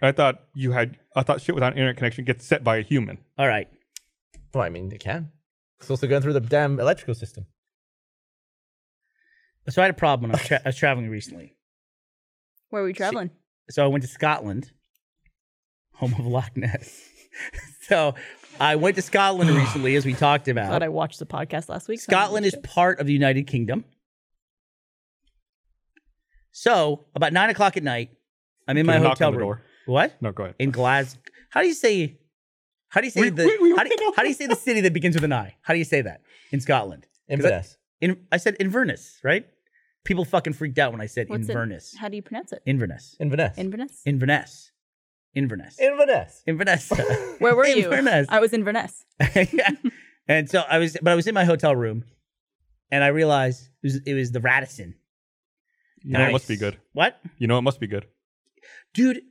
I thought you had. I thought shit without internet connection gets set by a human. All right. Well, I mean, it can. It's also going through the damn electrical system. So I had a problem when I was, tra- I was traveling recently. Where are we traveling? So I went to Scotland, home of Loch Ness. so I went to Scotland recently, as we talked I about. Thought I watched the podcast last week. so I don't Scotland watch is it. part of the United Kingdom. So about nine o'clock at night, I'm in Could my have knocked hotel on the room. door. What No, go ahead. in Glasgow? How do you say? How do you say We- the? we- we how, do you, went how do you say the city that begins with an I? How do you say that in Scotland? Inverness. In, I said Inverness, right? People fucking freaked out when I said What's it- Inverness. How do you pronounce it? Inverness. Inverness. Inverness. Inverness. Inverness. Inverness. Inverness. Where were you? Inverness. I was in Venice. yeah. And so I was, but I was in my hotel room, and I realized it was, it was the Radisson. You know it Nice. must be good. What, You know it must be good. dude?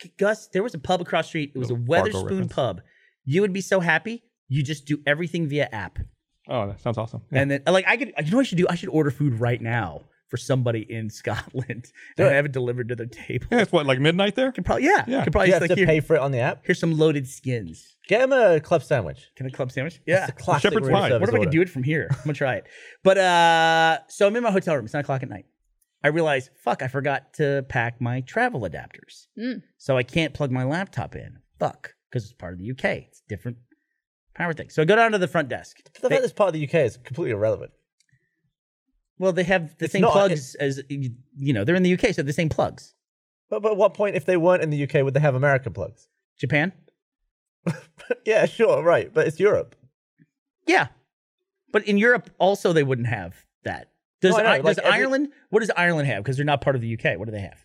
G- Gus, there was a pub across the street. It was a Oh, Fargo Weatherspoon reference. pub. You would be so happy. You just do everything via app, Oh, that sounds awesome. Yeah. and then like I could. You know what I should do? I should order food right now for somebody in Scotland and have it delivered to their table. yeah, it's what like midnight there. Could probably, yeah, Yeah. Could Do probably you just, have Oh, like to here, pay for it on the app? here's some loaded skins. Get him a club sandwich. Can a club sandwich? Yeah. It's a classic Shepherd's room pie. service What if I order. could do it from here? I'm gonna try it. But uh so I'm in my hotel room. It's nine o'clock at night. I realize, fuck, I forgot to pack my travel adapters, Mm. so I can't plug my laptop in. Fuck, because it's part of the UK. It's different power thing. So I go down to the front desk. The They- fact this part of the UK is completely irrelevant. well, they have the It's same not- plugs as you know. They're in the UK, so they're the same plugs. But, but at what point, if they weren't in the UK, would they have American plugs? Japan, yeah, sure, right. But it's Europe. yeah, but in Europe also they wouldn't have that. Does, No, I know, I- does like every- Ireland? What does Ireland have? Because they're not part of the UK. What do they have?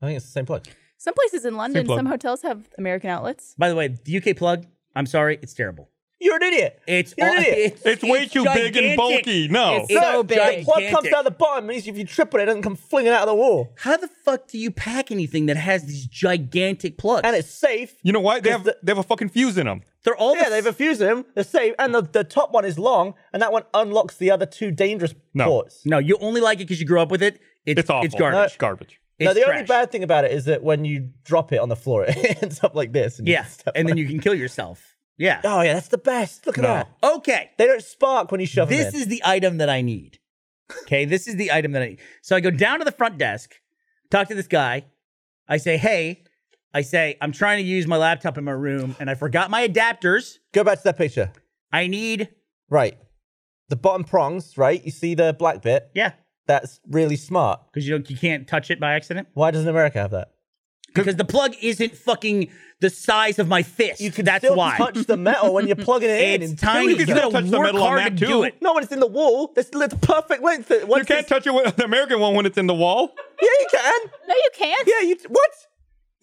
I think it's the same plug. Some places in London, plug. some hotels have American outlets. By the way, the UK plug. I'm sorry, it's terrible. You're an idiot. It's You're an idiot. It's way too big and gigantic. bulky. No. It's so the big. plug comes Gigantic. out the bottom. Means if you triple it, it doesn't come flinging out of the wall. How the fuck do you pack anything that has these gigantic plugs? And it's safe. You know why? They have the- they have a fucking fuse in them. they're all Yeah, the, they've fused them. They're safe, and the, the top one is long, and that one unlocks the other two dangerous No. ports. no. You only like it because you grew up with it. It's, It's awful. It's garbage. Garbage. It's now the only trash. bad thing about it is that when you drop it on the floor, it ends up like this. And you Yeah, just step and on then you can kill yourself. Yeah. it. oh yeah, that's the best. Look at No. that. Okay. They don't spark when you shove them This in. is the item that I need. Okay, this is the item that I need. So I go down to the front desk, talk to this guy. I say, "Hey," I say, "I'm trying to use my laptop in my room, and I forgot my adapters. Go back to that picture. I need Right, the bottom prongs. Right, you see the black bit. yeah, That's really smart. because you don't, you can't touch it by accident." Why doesn't America have that? because the plug isn't fucking the size of my fist. You can That's still why. touch the metal when you're plugging it in. it's and tiny. You You, can still gotta touch the work metal on hard that to do too. it. No, when it's in the wall, that's the perfect length. Once You can't it's- touch it with the American one when it's in the wall. Yeah, you can. No, you can't. Yeah, you what?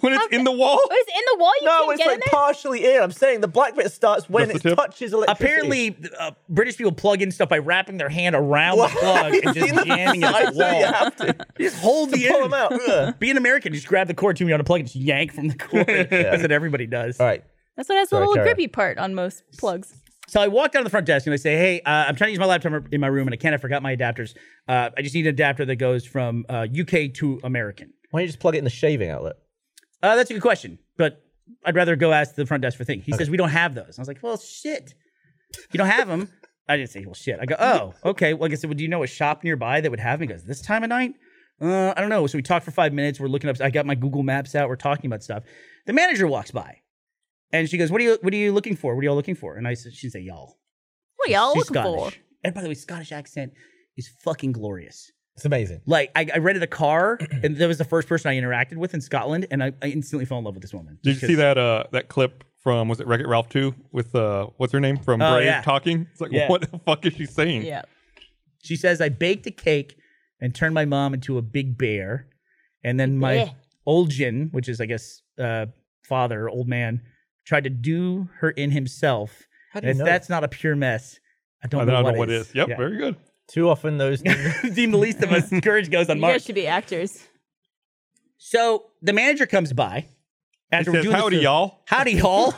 When it's in the wall. What is in the wall? You No, can't it's get like in there. partially in. I'm saying the black bit starts when Just it the tip? touches electricity. Apparently, uh, British people plug in stuff by wrapping their hand around Why? the plug You and seen just the jamming it at size the that you wall. have to Just hold the pull end. them out. Ugh. Be an American. Just grab the cord to me on a plug and just yank from the cord. That's what everybody does. All right. That's what has the Sorry, little Kara. grippy part on most plugs. So I walk down to the front desk and I say, "Hey, uh, I'm trying to use my laptop in my room and I can't. I forgot my adapters. Uh, I just need an adapter that goes from uh, UK to American." Why don't you just plug it in the shaving outlet? Uh, that's a good question, but I'd rather go ask the front desk for things. He says we don't have those. I was like, well, shit, you don't have them. I didn't say, well, shit. I go, oh, okay. Well, I guess. Well, do you know a shop nearby that would have them? He goes, this time of night. Uh, I don't know. So we talked for five minutes. We're looking up. I got my Google Maps out. We're talking about stuff. The manager walks by, and she goes, "What are you? What are you looking for? What are y'all looking for?" And I said, "She said, y'all." What are y'all She's looking Scottish. for? And by the way, Scottish accent is fucking glorious It's amazing. like I, I rented a car and that was the first person I interacted with in Scotland and I, I instantly fell in love with this woman. Did you see that uh that clip from was it Wreck It Ralph 2 with uh what's her name from Oh, Brave yeah. talking? It's like Yeah. what the fuck is she saying? Yeah. She says I baked a cake and turned my mom into a big bear and then my Yeah. old Jin, which is I guess uh, father, old man, tried to do her in himself. How do And you if know? that's not a pure mess, I don't I know don't what know what it is. is. Yep, Yeah. very good. Too often those things- Deemed the least of us courage goes on You guys March. should be actors. So the manager comes by He after we're says, doing this Howdy for- y'all. Howdy, y'all.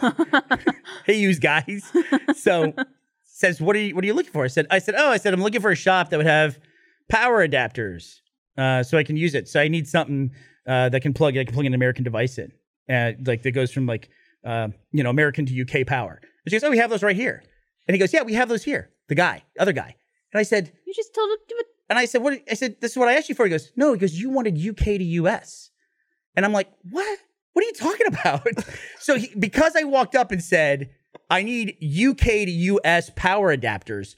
hey, you guys. So says, what are you what are you looking for? I said, I said, oh, I said, I'm looking for a shop that would have power adapters, uh, so I can use it. So I need something uh, that can plug I can plug an American device in, uh, like that goes from like uh, you know American to UK power. And she goes, oh, we have those right here. And he goes, yeah, we have those here. The guy, other guy. And I said, You just told him. and I said, what? I said, this is what I asked you for. He goes, no, he goes, you wanted UK to US. And I'm like, what? What are you talking about? so he, because I walked up and said, I need UK to US power adapters.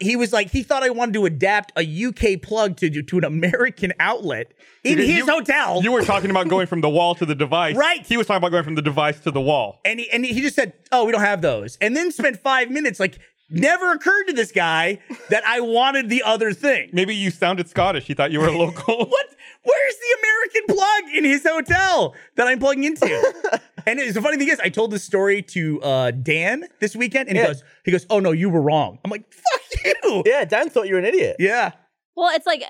He was like, he thought I wanted to adapt a UK plug to to an American outlet in Because his you- hotel. You were talking about going from the wall to the device. Right. He was talking about going from the device to the wall. and he, and he just said, "Oh, we don't have those." And then spent five minutes like never occurred to this guy that I wanted the other thing. Maybe you sounded Scottish. He thought you were a local. What? Where's the American plug in his hotel that I'm plugging into? and it's, the funny thing is, I told this story to uh, Dan this weekend, and he Yeah. goes, "He goes, oh no, you were wrong." I'm like, "Fuck you." Yeah, Dan thought you were an idiot. Yeah. Well, it's like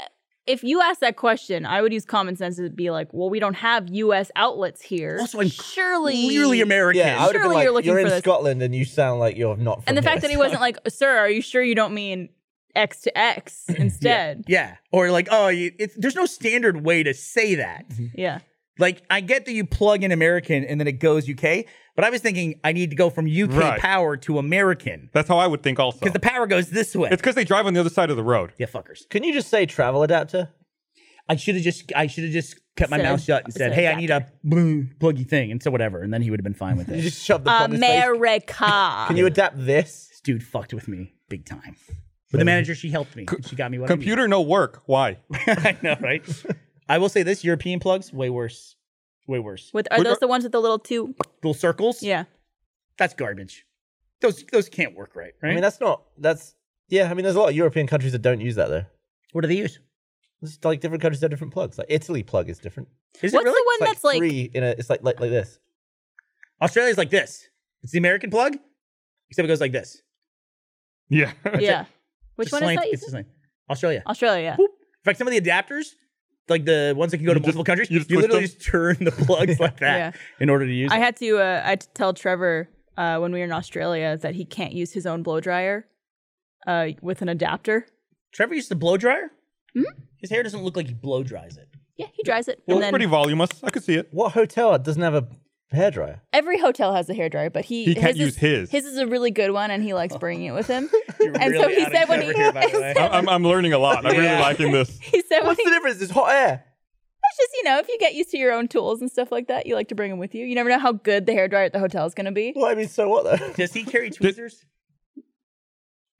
if you ask that question, I would use common sense to be like, well, we don't have U.S. outlets here. Also, I'm surely, Clearly American. Yeah, I would have Surely been like, you're, you're looking for in this." Scotland and you sound like you're not from And the here. fact that he wasn't like, sir, are you sure you don't mean X to X instead? yeah. Or like, oh, you, it's, there's no standard way to say that. yeah. Like I get that you plug in American and then it goes UK, but I was thinking I need to go from UK Right. power to American That's how I would think also. because the power goes this way. it's because they drive on the other side of the road. yeah, fuckers. Can you just say travel adapter? I should have just I should have just kept my Said- mouth shut and said said, "Hey, I need a blue pluggy thing," and so whatever, and then he would have been fine with You it. just shove the Uh, plug in his face. America. Can you adapt this? this dude fucked with me big time. But the manager, she helped me. she got me what I needed. Computer, no work. Why? I know, right? I will say this: European plugs way worse, way worse. With are Would- those the ones with the little two? Little circles, Yeah. that's garbage. Those those can't work right, right? I mean, that's not. That's yeah. I mean, there's a lot of European countries that don't use that though. what do they use? It's like different countries have different plugs. Like Italy plug is different. Is What's it the really? It's one like that's like three in a. It's like like, like this. Australia's like this. It's the American plug, except it goes like this. Yeah. yeah? Which one Just slant- is that? you It's said? just like Australia. Australia. Boop. In fact, some of the adapters, like the ones that can go You to just- multiple countries, you you, just twist literally them? just turn the plugs like that Yeah. in order to use. I it. had to. Uh, I had to tell Trevor uh, when we were in Australia that he can't use his own blow dryer uh, with an adapter. Trevor used the blow dryer. Hmm? His hair doesn't look like he blow dries it. Yeah, he dries it. It and was then pretty voluminous. I could see it. What hotel doesn't have a hairdryer? every hotel has a hairdryer, but he He can't his use his. is, His is a really good one, and he likes bringing it with him. You're And so really he out of said when Trevor he- here, by the way. I'm, I'm, I'm learning a lot. I'm really Yeah. liking this. he said when What's he, the difference? It's hot air. it's just you know if you get used to your own tools and stuff like that, you like to bring them with you. You never know how good the hairdryer at the hotel is going to be. Well, I mean, so what though? Does he carry tweezers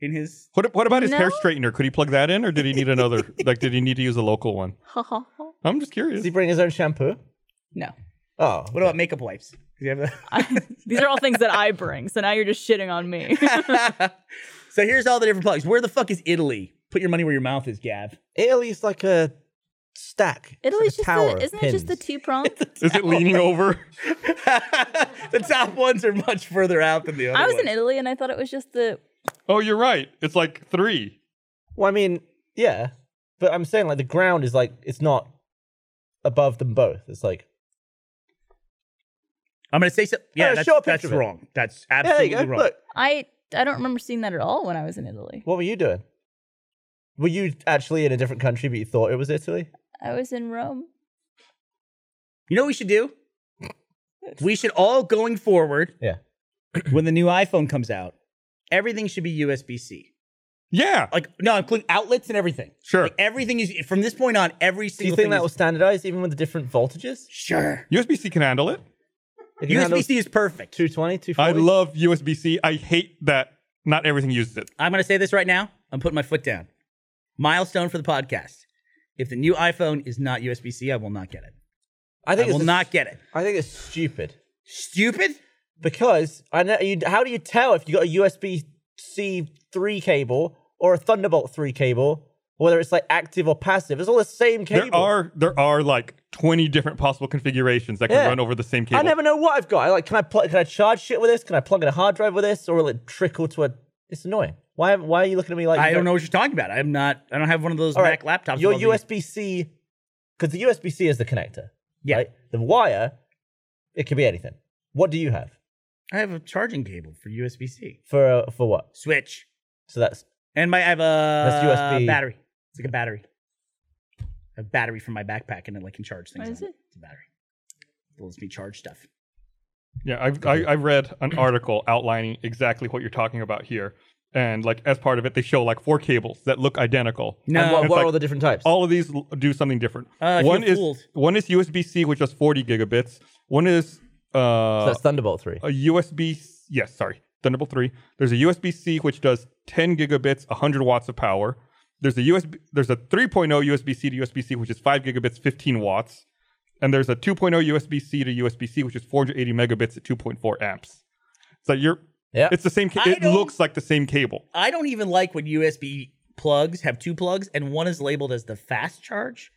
in his? What, what about his hair No. straightener? Could he plug that in or did he need another? like, did he need to use a local one? I'm just curious. Does he bring his own shampoo? no, Oh, What about makeup wipes? Does he have a- these are all things that I bring. So now you're just shitting on me. so here's all the different plugs. Where the fuck is Italy? Put your money where your mouth is, Gav. Italy's like a stack. It's Italy's like just a tower. the, of isn't it just the pins. two prong? Is it leaning over? the top ones are much further out than the other. I was ones. in Italy and I thought it was just the Oh, you're right. It's like three. Well, I mean, yeah, but I'm saying like the ground is like it's not above them both. It's like I'm gonna say something. Yeah, Uh, that's, show a picture that's of it. wrong. That's yeah, there absolutely you go. wrong. Look, I. I don't remember seeing that at all when I was in Italy. what were you doing? Were you actually in a different country, but you thought it was Italy? I was in Rome. You know what we should do? We should all going forward. Yeah. when the new iPhone comes out, everything should be USB C. Yeah. Like no, including outlets and everything. Sure. Like everything is from this point on. Every Do you single think thing that is- was standardized, even with the different voltages? sure. USB C can handle it. It can handle USB C is perfect. 220, I 240? love USB C. I hate that not everything uses it. I'm gonna say this right now. I'm putting my foot down. Milestone for the podcast. If the new iPhone is not USB C, I will not get it. I I it's will a- not get it. I think it's stupid Stupid. because I know you. How do you tell if you got a USB C three cable or a Thunderbolt three cable, whether it's like active or passive? It's all the same cable. There are there are like 20 different possible configurations that can Yeah. run over the same cable. I never know what I've got. I, like, can I plug? Can I charge shit with this? Can I plug in a hard drive with this, or will it trickle to a? It's annoying. Why? Why are you looking at me like? you I don't know what you're talking about. I'm not. I don't have one of those All right, Mac laptops. Your with all these- USB C, because the USB C is the connector. Yeah. right? The wire, it could be anything. What do you have I have a charging cable for USB C. for uh, for what? Switch. So that's And my I have a USB. battery. It's like a battery. A battery from my backpack, and it like can charge things. What is on it? It's a battery. It lets me charge stuff. Yeah, I've I, I've read an article outlining exactly what you're talking about here, and like as part of it, they show like four cables that look identical. No. and what, It's what are like- all the different types? All of these l- do something different. Ah, Uh, if one you're is fooled. one is USB C, which is 40 gigabits. One is So uh, that's Thunderbolt three. a USB. Yes, sorry, Thunderbolt three. There's a USB C which does 10 gigabits, 100 watts of power. There's a USB. There's a 3.0 USB C to USB C, which is 5 gigabits, 15 watts. And there's a 2.0 USB C to USB C, which is 480 megabits at 2.4 amps. So you're. Yeah. It's the same. Ca- I it don't- looks like the same cable. I don't even like when USB plugs have two plugs and one is labeled as the fast charge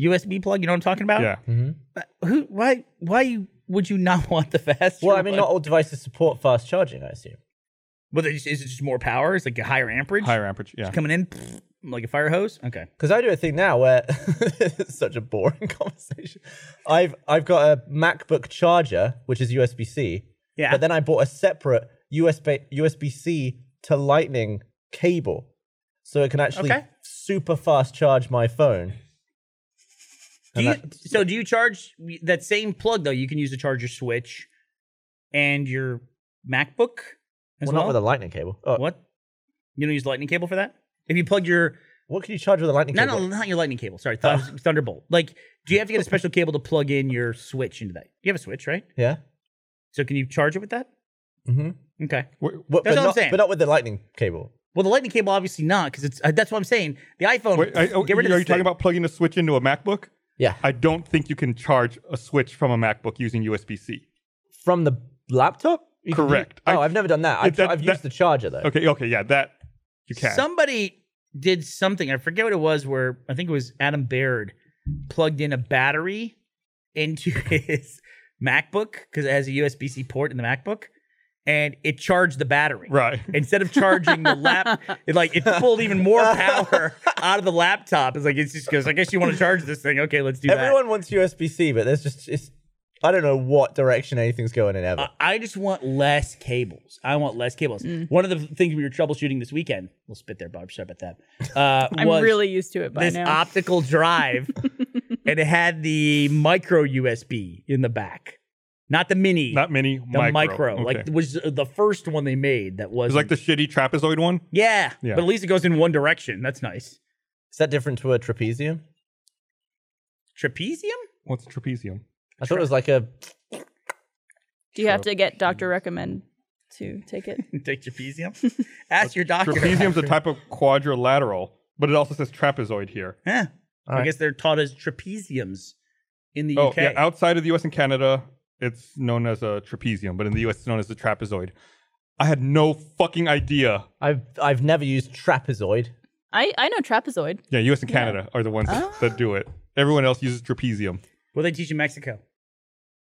USB plug. You know what I'm talking about? Yeah. But Who? Why? Why would you not want the fast? Well, I mean, one? not all devices support fast charging. I assume. Well, is is it just more power? It's like a higher amperage Higher amperage. Yeah. coming in pfft, like a fire hose. Okay. Because I do a thing now where it's such a boring conversation. I've I've got a MacBook charger which is USB C. Yeah. But then I bought a separate USB USB C to Lightning cable, so it can actually Okay. super fast charge my phone. Do you, so do you charge that same plug though? You can use to charge your Switch and your MacBook as Well, well. not with a Lightning cable. Oh, what? You don't use lightning cable for that? If you plug your What can you charge with a Lightning no, cable? no, not your lightning cable. Sorry, th- Thunderbolt. Like, do you have to get a special cable to plug in your Switch into that? You have a Switch, right? Yeah. So can you charge it with that? Mm-hmm. Okay. Wh- But, That's what I'm not, saying. But not with the Lightning cable. Well, the lightning cable obviously not because it's uh, that's what I'm saying. The iPhone. Wait, I, oh, get rid of are this you talking thing. about plugging a switch into a MacBook? Yeah. I don't think you can charge a switch from a MacBook using USB C. From the laptop. You can do- Correct. I- oh, I've never done that. I've, that- I've that- used the charger though. Okay, okay, yeah, that you can. Somebody did something. I forget what it was. Where I think it was Adam Baird plugged in a battery into his MacBook because it has a USB C port in the MacBook, and it charged the battery. right. Instead of charging the lap, it like it pulled even more power out of the laptop. It's like it's just goes. I guess you want to charge this thing. Okay, let's do that. Everyone wants USB C, but there's just it's. I don't know what direction anything's going in ever. I- I just want less cables. I want less cables. Mm. One of the things we were troubleshooting this weekend, we'll spit there, Barb. Sorry about that. Uh, I'm was really used to it by this now. optical drive, and it had the micro USB in the back, not the mini, Not many. the micro. Like okay. was uh, the first one they made that was it's like the shitty trapezoid one. yeah, Yeah. but at least it goes in one direction. That's nice. Is that different to a trapezium? Trapezium. What's a trapezium? I thought it was like a. Do you have to get Mm. doctor recommend to take it? Take trapezium. Ask your doctor. Trapezium's a type of quadrilateral, but it also says trapezoid here. Yeah. I Alright. guess they're taught as trapeziums in the Oh, UK. yeah. Outside of the US and Canada, it's known as a trapezium, but in the US it's known as a trapezoid. I had no fucking idea. I've I've never used trapezoid. I, I know trapezoid. Yeah, US and Canada are the ones that, Ah. that do it. Everyone else uses trapezium. What do they teach in Mexico?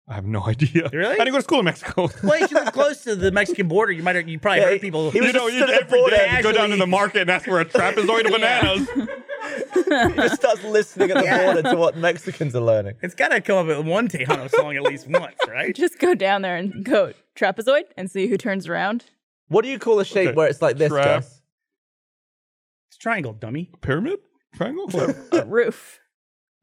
I have no idea. Really? I didn't go to school in Mexico. Well, you live close to the Mexican border. You might have, you probably Yeah, heard people. he was you know, just you stood at the every border day you go down to casually- the market and ask for a trapezoid of bananas. He just starts listening at the border to what Mexicans are learning. it's got to come up with one Tejano song at least once, right? Just go down there and go trapezoid and see who turns around. What do you call a shape Okay. where it's like this? Trap- Gus? It's triangle, dummy. Pyramid? Triangle? Whatever. A roof.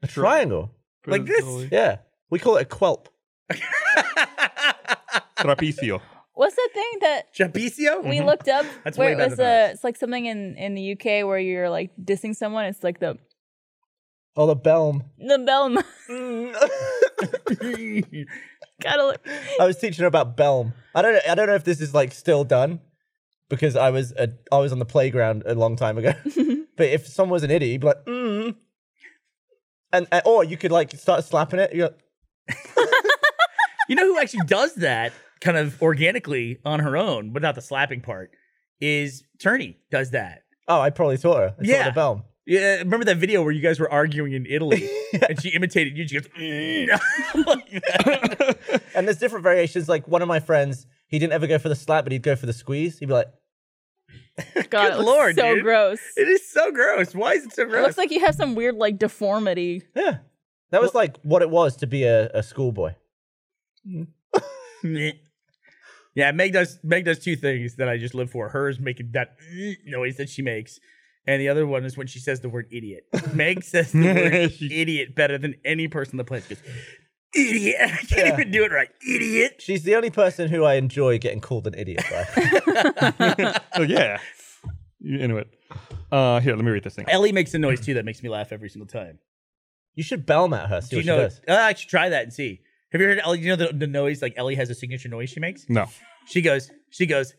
A triangle. Like this? Yeah, we call it a quelp. Trapecio. What's that thing that Trapecio? we looked up Mm-hmm. That's where way it better was than a, ours. it's like something in in the UK where you're like dissing someone. It's like the Oh, the belm. the bell gotta look. I was teaching her about Belm. I don't. I don't know if this is like still done, because I was a, I was on the playground a long time ago. but if someone was an idiot, you'd be like, mm. and, and- or you could like start slapping it. You're like, You know who actually does that kind of organically on her own, without the slapping part, is Turney does that. oh, I probably taught her. I Yeah. taught her Belm. Yeah, remember that video where you guys were arguing in Italy and she imitated you? She goes, "Mm," like that. And there's different variations. Like one of my friends, he didn't ever go for the slap, but he'd go for the squeeze. He'd be like, God, Good it looks lord, so dude. gross. It is so gross. Why is it so It gross? looks like you have some weird like deformity. yeah. That was like what it was to be a, a schoolboy. Meh. yeah, Meg does Meg does two things that I just live for. Hers making that noise that she makes, and the other one is when she says the word idiot. Meg says the word She- idiot better than any person in the place. She goes, idiot. I can't Yeah. even do it right. Idiot. She's the only person who I enjoy getting called an idiot by. Oh yeah, you Inuit. Uh, here, let me read this thing. Ellie makes a noise too that makes me laugh every single time. you should bellm at her. See Do you what she know? does. Uh, I should try that and see. Have you heard Ellie? You know the, the noise like Ellie has a signature noise she makes. No, She goes. She goes.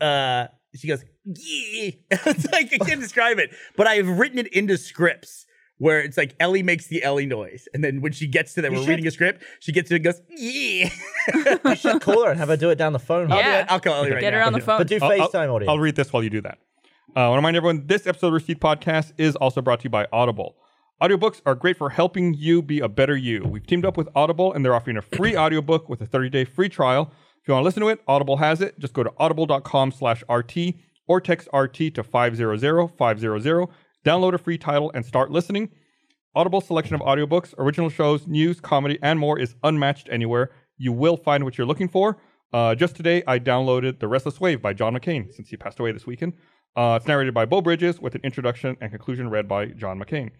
Uh. She goes. Yee. it's like I can't describe it, but I've written it into scripts where it's like Ellie makes the Ellie noise, and then when she gets to that, You we're should- reading a script. She gets to it and goes. Yee. You should call her and have her do it down the phone. Yeah. I'll call Ellie right Get now. her on the phone. But do I'll- I'll- FaceTime audio. I'll read this while you do that. Uh, I want to remind everyone this episode of Receipt Podcast is also brought to you by Audible. Audiobooks are great for helping you be a better you. We've teamed up with Audible and they're offering a free audiobook with a 30-day free trial. If you want to listen to it, Audible has it. Just go to audible.com slash RT or text RT to 500-500. Download a free title and start listening. Audible selection of audiobooks, original shows, news, comedy, and more is unmatched anywhere. You will find what you're looking for. Uh, just today, I downloaded The Restless Wave by John McCain, since he passed away this weekend. Uh, it's narrated by Bo Bridges with an introduction and conclusion read by John McCain.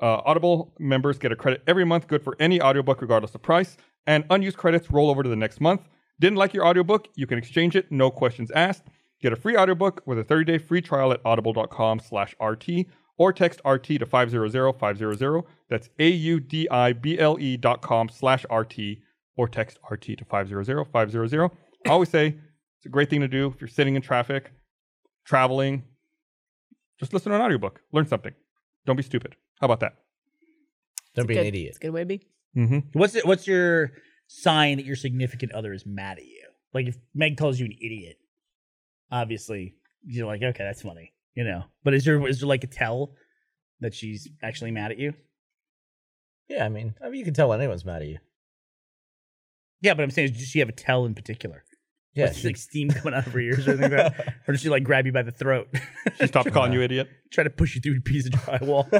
Uh, Audible members get a credit every month, good for any audiobook regardless of price, and unused credits roll over to the next month. Didn't like your audiobook? You can exchange it, no questions asked. Get a free audiobook with a 30-day free trial at audible.com slash RT or text RT to 500-500. That's A-U-D-I-B-L-E E dot com slash RT or text RT to 500-500. I always say it's a great thing to do if you're sitting in traffic, traveling. Just listen to an audiobook. Learn something. Don't be stupid. How about that? Don't be Good. an idiot. It's a good way to be. Mm-hmm. What's it, what's your sign that your significant other is mad at you? Like if Meg calls you an idiot, obviously you're like, okay, that's funny, you know. But is there is there like a tell that she's actually mad at you? Yeah, I mean, I mean, you can tell when anyone's mad at you. Yeah, but I'm saying, does she have a tell in particular? Yeah, Is she- there, like steam coming out of her ears or anything like that, or does she like grab you by the throat, She stopped calling you idiot. try to push you through a piece of drywall?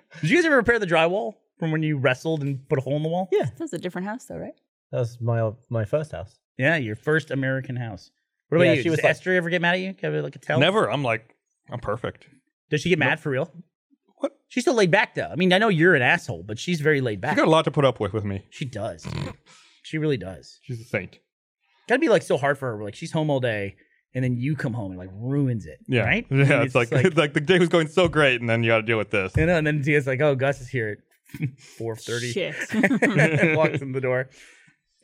Did you guys ever repair the drywall from when you wrestled and put a hole in the wall? Yeah. That's a different house, though, right? that was my old- my first house. Yeah, your first American house. What about Yeah, you? she was Does like- Esther ever get mad at you? Have like a tell? Never. I'm like, I'm perfect. Does she get mad for real? What? She's still laid back though. I mean, I know you're an asshole, but she's very laid She back. got a lot to put up with with me. She does. she really does. She's a saint. Gotta be like so hard for her. Like she's home all day, and then you come home and like ruins it. Yeah. Right? Yeah. And it's, like, just like the day was going so great, and then you got to deal with this. you know. And then Dia's like, "Oh, Gus is here at four thirty. Shit. Walks in the door.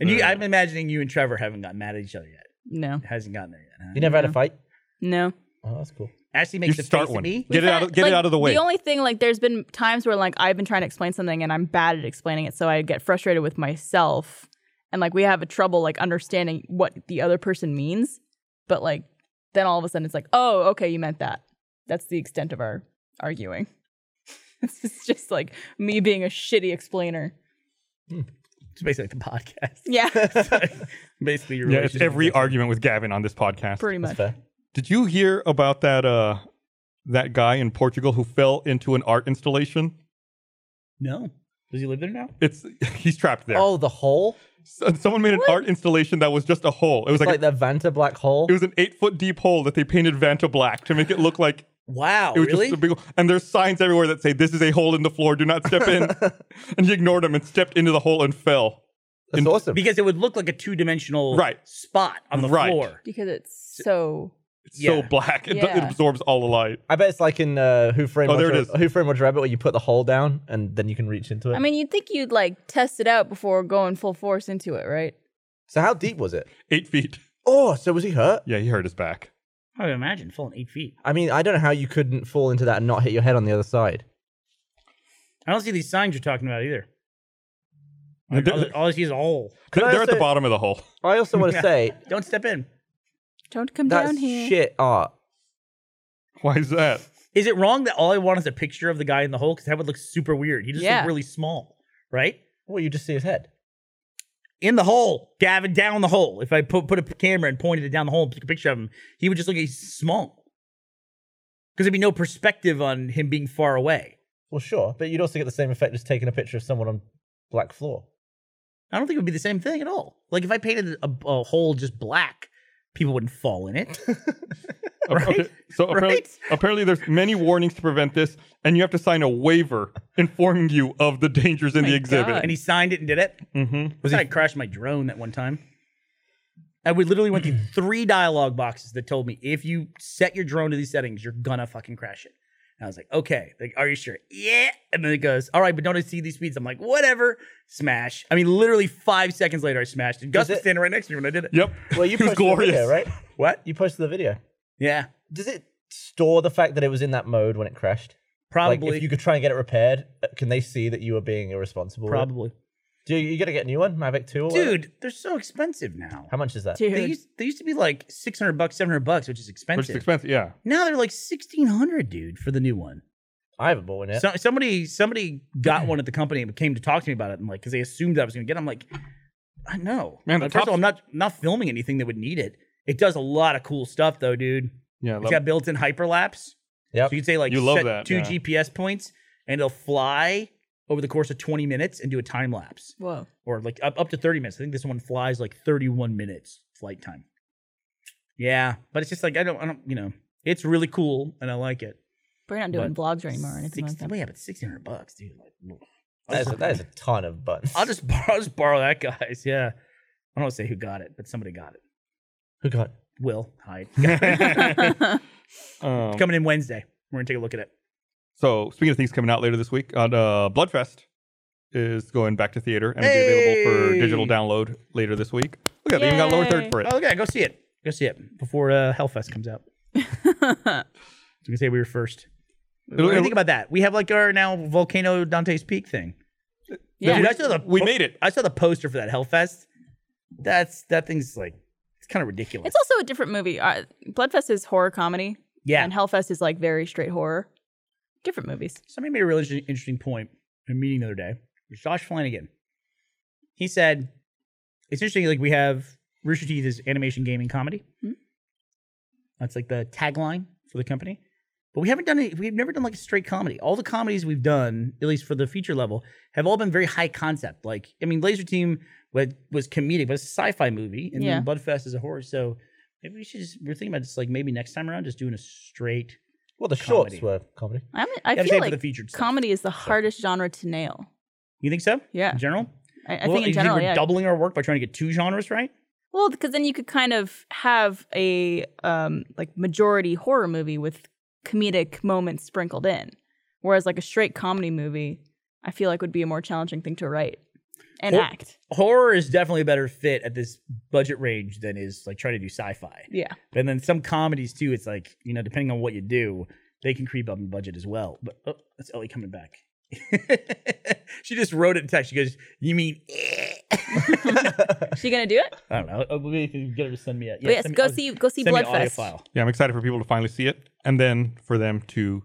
And Uh. you, I'm imagining you and Trevor haven't gotten mad at each other yet. no. It hasn't gotten there yet. huh? You never had a No. fight? No. Oh, that's cool. Ashley You makes should a start face at one. me. Get it out. Of, get Like, it out of the way. The only thing, like, there's been times where, like, I've been trying to explain something and I'm bad at explaining it, so I get frustrated with myself, and like, we have a trouble like understanding what the other person means. But like, then all of a sudden, it's like, oh, okay, you meant that. That's the extent of our arguing. this is just like me being a shitty explainer. It's basically like the podcast. Yeah, basically, your yeah. It's relationship every with- argument with Gavin on this podcast. pretty much. Fair. Did you hear about that? Uh, that guy in Portugal who fell into an art installation. No. Does he live there now? It's he's trapped there. Oh, the hole? S- Someone made an art installation that was just a hole. It was It's like, like, a- the Vanta Black hole? it was an eight foot deep hole that they painted Vanta black to make it look like Wow, It was Oh, really? just a big, and there's signs everywhere that say this is a hole in the floor. Do not step in. and he ignored them and stepped into the hole and fell. That's in- awesome. because it would look like a two dimensional Right. spot on the Right. floor. Because it's so It's so Yeah. black. It, do- it Yeah. absorbs all the light. I bet it's like in uh, Who Framed Oh, there Roger, it is. Who Framed Roger Rabbit, where you put the hole down and then you can reach into it. I mean, you'd think you'd like test it out before going full force into it, right? so how deep was it? Eight feet. Oh, so was he hurt? Yeah, he hurt his back. I would imagine falling eight feet. I mean, I don't know how you couldn't fall into that and not hit your head on the other side. I don't see these signs you're talking about either. They're, Like, all, all I see is a hole. Can I they're at the say- bottom of the hole. I also want Yeah. to say Don't step in. Don't come that's down here. shit art. Why is that? Is it wrong that all I want is a picture of the guy in the hole? Because that would look super weird. He just Yeah. looked really small, right? Well, you just see his head. In the hole, Gavin, down the hole. If I put put a camera and pointed it down the hole and took a picture of him, he would just look he's small. Because there'd be no perspective on him being far away. Well, sure, but you'd also get the same effect as taking a picture of someone on black floor. I don't think it would be the same thing at all. Like if I painted a, a hole just black, people wouldn't fall in it. Right? Okay, so apparently, Right? apparently there's many warnings to prevent this, and you have to sign a waiver informing you of the dangers in My the exhibit. God. Oh And he signed it and did it. hmm Was I crashed my drone that one time. And we literally went through three dialogue boxes that told me if you set your drone to these settings, you're gonna fucking crash it. And I was like, okay, like, are you sure? Yeah. And then it goes, all right, but don't I see these speeds? I'm like, whatever. Smash. I mean, literally five seconds later, I smashed it. Gus was it- standing right next to me when I did it. Yep. Well, you It was posted the video, glorious. right? What? You posted the video. Yeah. Does it store the fact that it was in that mode when it crashed? Probably. Like, if you could try and get it repaired, uh, can they see that you were being irresponsible? with it? probably. Do you, you got to get a new one, Mavic Two? Or whatever? Dude, they're so expensive now. how much is that? Dude, They used, they used to be like 600 bucks, 700 bucks, which Which is is expensive. expensive. Yeah. now they're like 1600 dude, for the new one. I haven't bought one yet. So, somebody somebody got one at the company and came to talk to me about it and like because they assumed I was going to get. it. I'm like, I know. Man, the Like, first of tops- all, I'm not not filming anything that would need it. It does a lot of cool stuff though, dude. Yeah. I It's love- got built-in hyperlapse. Yep. So you can say like You love set that, two yeah. GPS points and it'll fly over the course of 20 minutes and do a time lapse Whoa. or like up, up to 30 minutes. I think this one flies like 31 minutes flight time. Yeah, but it's just like I don't I don't you know it's really cool and I like it. We're not doing vlogs anymore or anything like Six- that. well, Yeah, but 1600 bucks, dude. Like, that, is a, that is a ton of buttons. I'll just borrow, I'll just borrow that guy's. Yeah, I don't want to say who got it, but somebody got it. who got? Will Hyde Um, coming in Wednesday. We're gonna take a look at it. so speaking of things coming out later this week, on uh, Bloodfest is going back to theater and will be available for Hey! digital download later this week. Look at that, they even got lower third Yay. for it. Oh, okay, go see it. Go see it before uh, Hellfest comes out. So we can say we were first. It'll- What do you it'll- think about that? We have like our now volcano Dante's Peak thing. yeah. Dude, I saw the we made it. I saw the poster for that Hellfest. That's that thing's like it's kind of ridiculous. It's also a different movie. Uh, Bloodfest is horror comedy, yeah. and Hellfest is like very straight horror. Different movies. somebody made a really interesting- interesting point in a meeting the other day. It was Josh Flanagan. He said, "It's interesting. Like we have Rooster Teeth is animation, gaming, comedy. Hmm. That's like the tagline for the company. But we haven't done any. We've never done like a straight comedy. All the comedies we've done, at least for the feature level, have all been very high concept. Like I mean, Laser Team was, was comedic, but it's a sci-fi movie, and Yeah. then Bloodfest is a horror. So maybe we should just. We're thinking about just like maybe next time around, just doing a straight. Well, the Comedy. shorts were comedy. I'm, I I'm feel saying like for the featured stuff. comedy is the hardest genre to nail. You think so? Yeah. In general. I, I Well, think in you general, we're yeah. doubling our work by trying to get two genres right. Well, because then you could kind of have a um, like majority horror movie with comedic moments sprinkled in, whereas like a straight comedy movie, I feel like would be a more challenging thing to write and Hor- act. Horror is definitely a better fit at this budget range than is like trying to do sci-fi. Yeah, And then some comedies too. It's like you know, depending on what you do, they can creep up in budget as well. But oh, that's Ellie coming back. she just wrote it in text. She goes, "You mean?" eh." I she gonna do it? don't know. Oh, Maybe if you get her to send me a But yes, send me- go I'll- see go see send me an audio Bloodfest. file. Yeah, I'm excited for people to finally see it and then for them to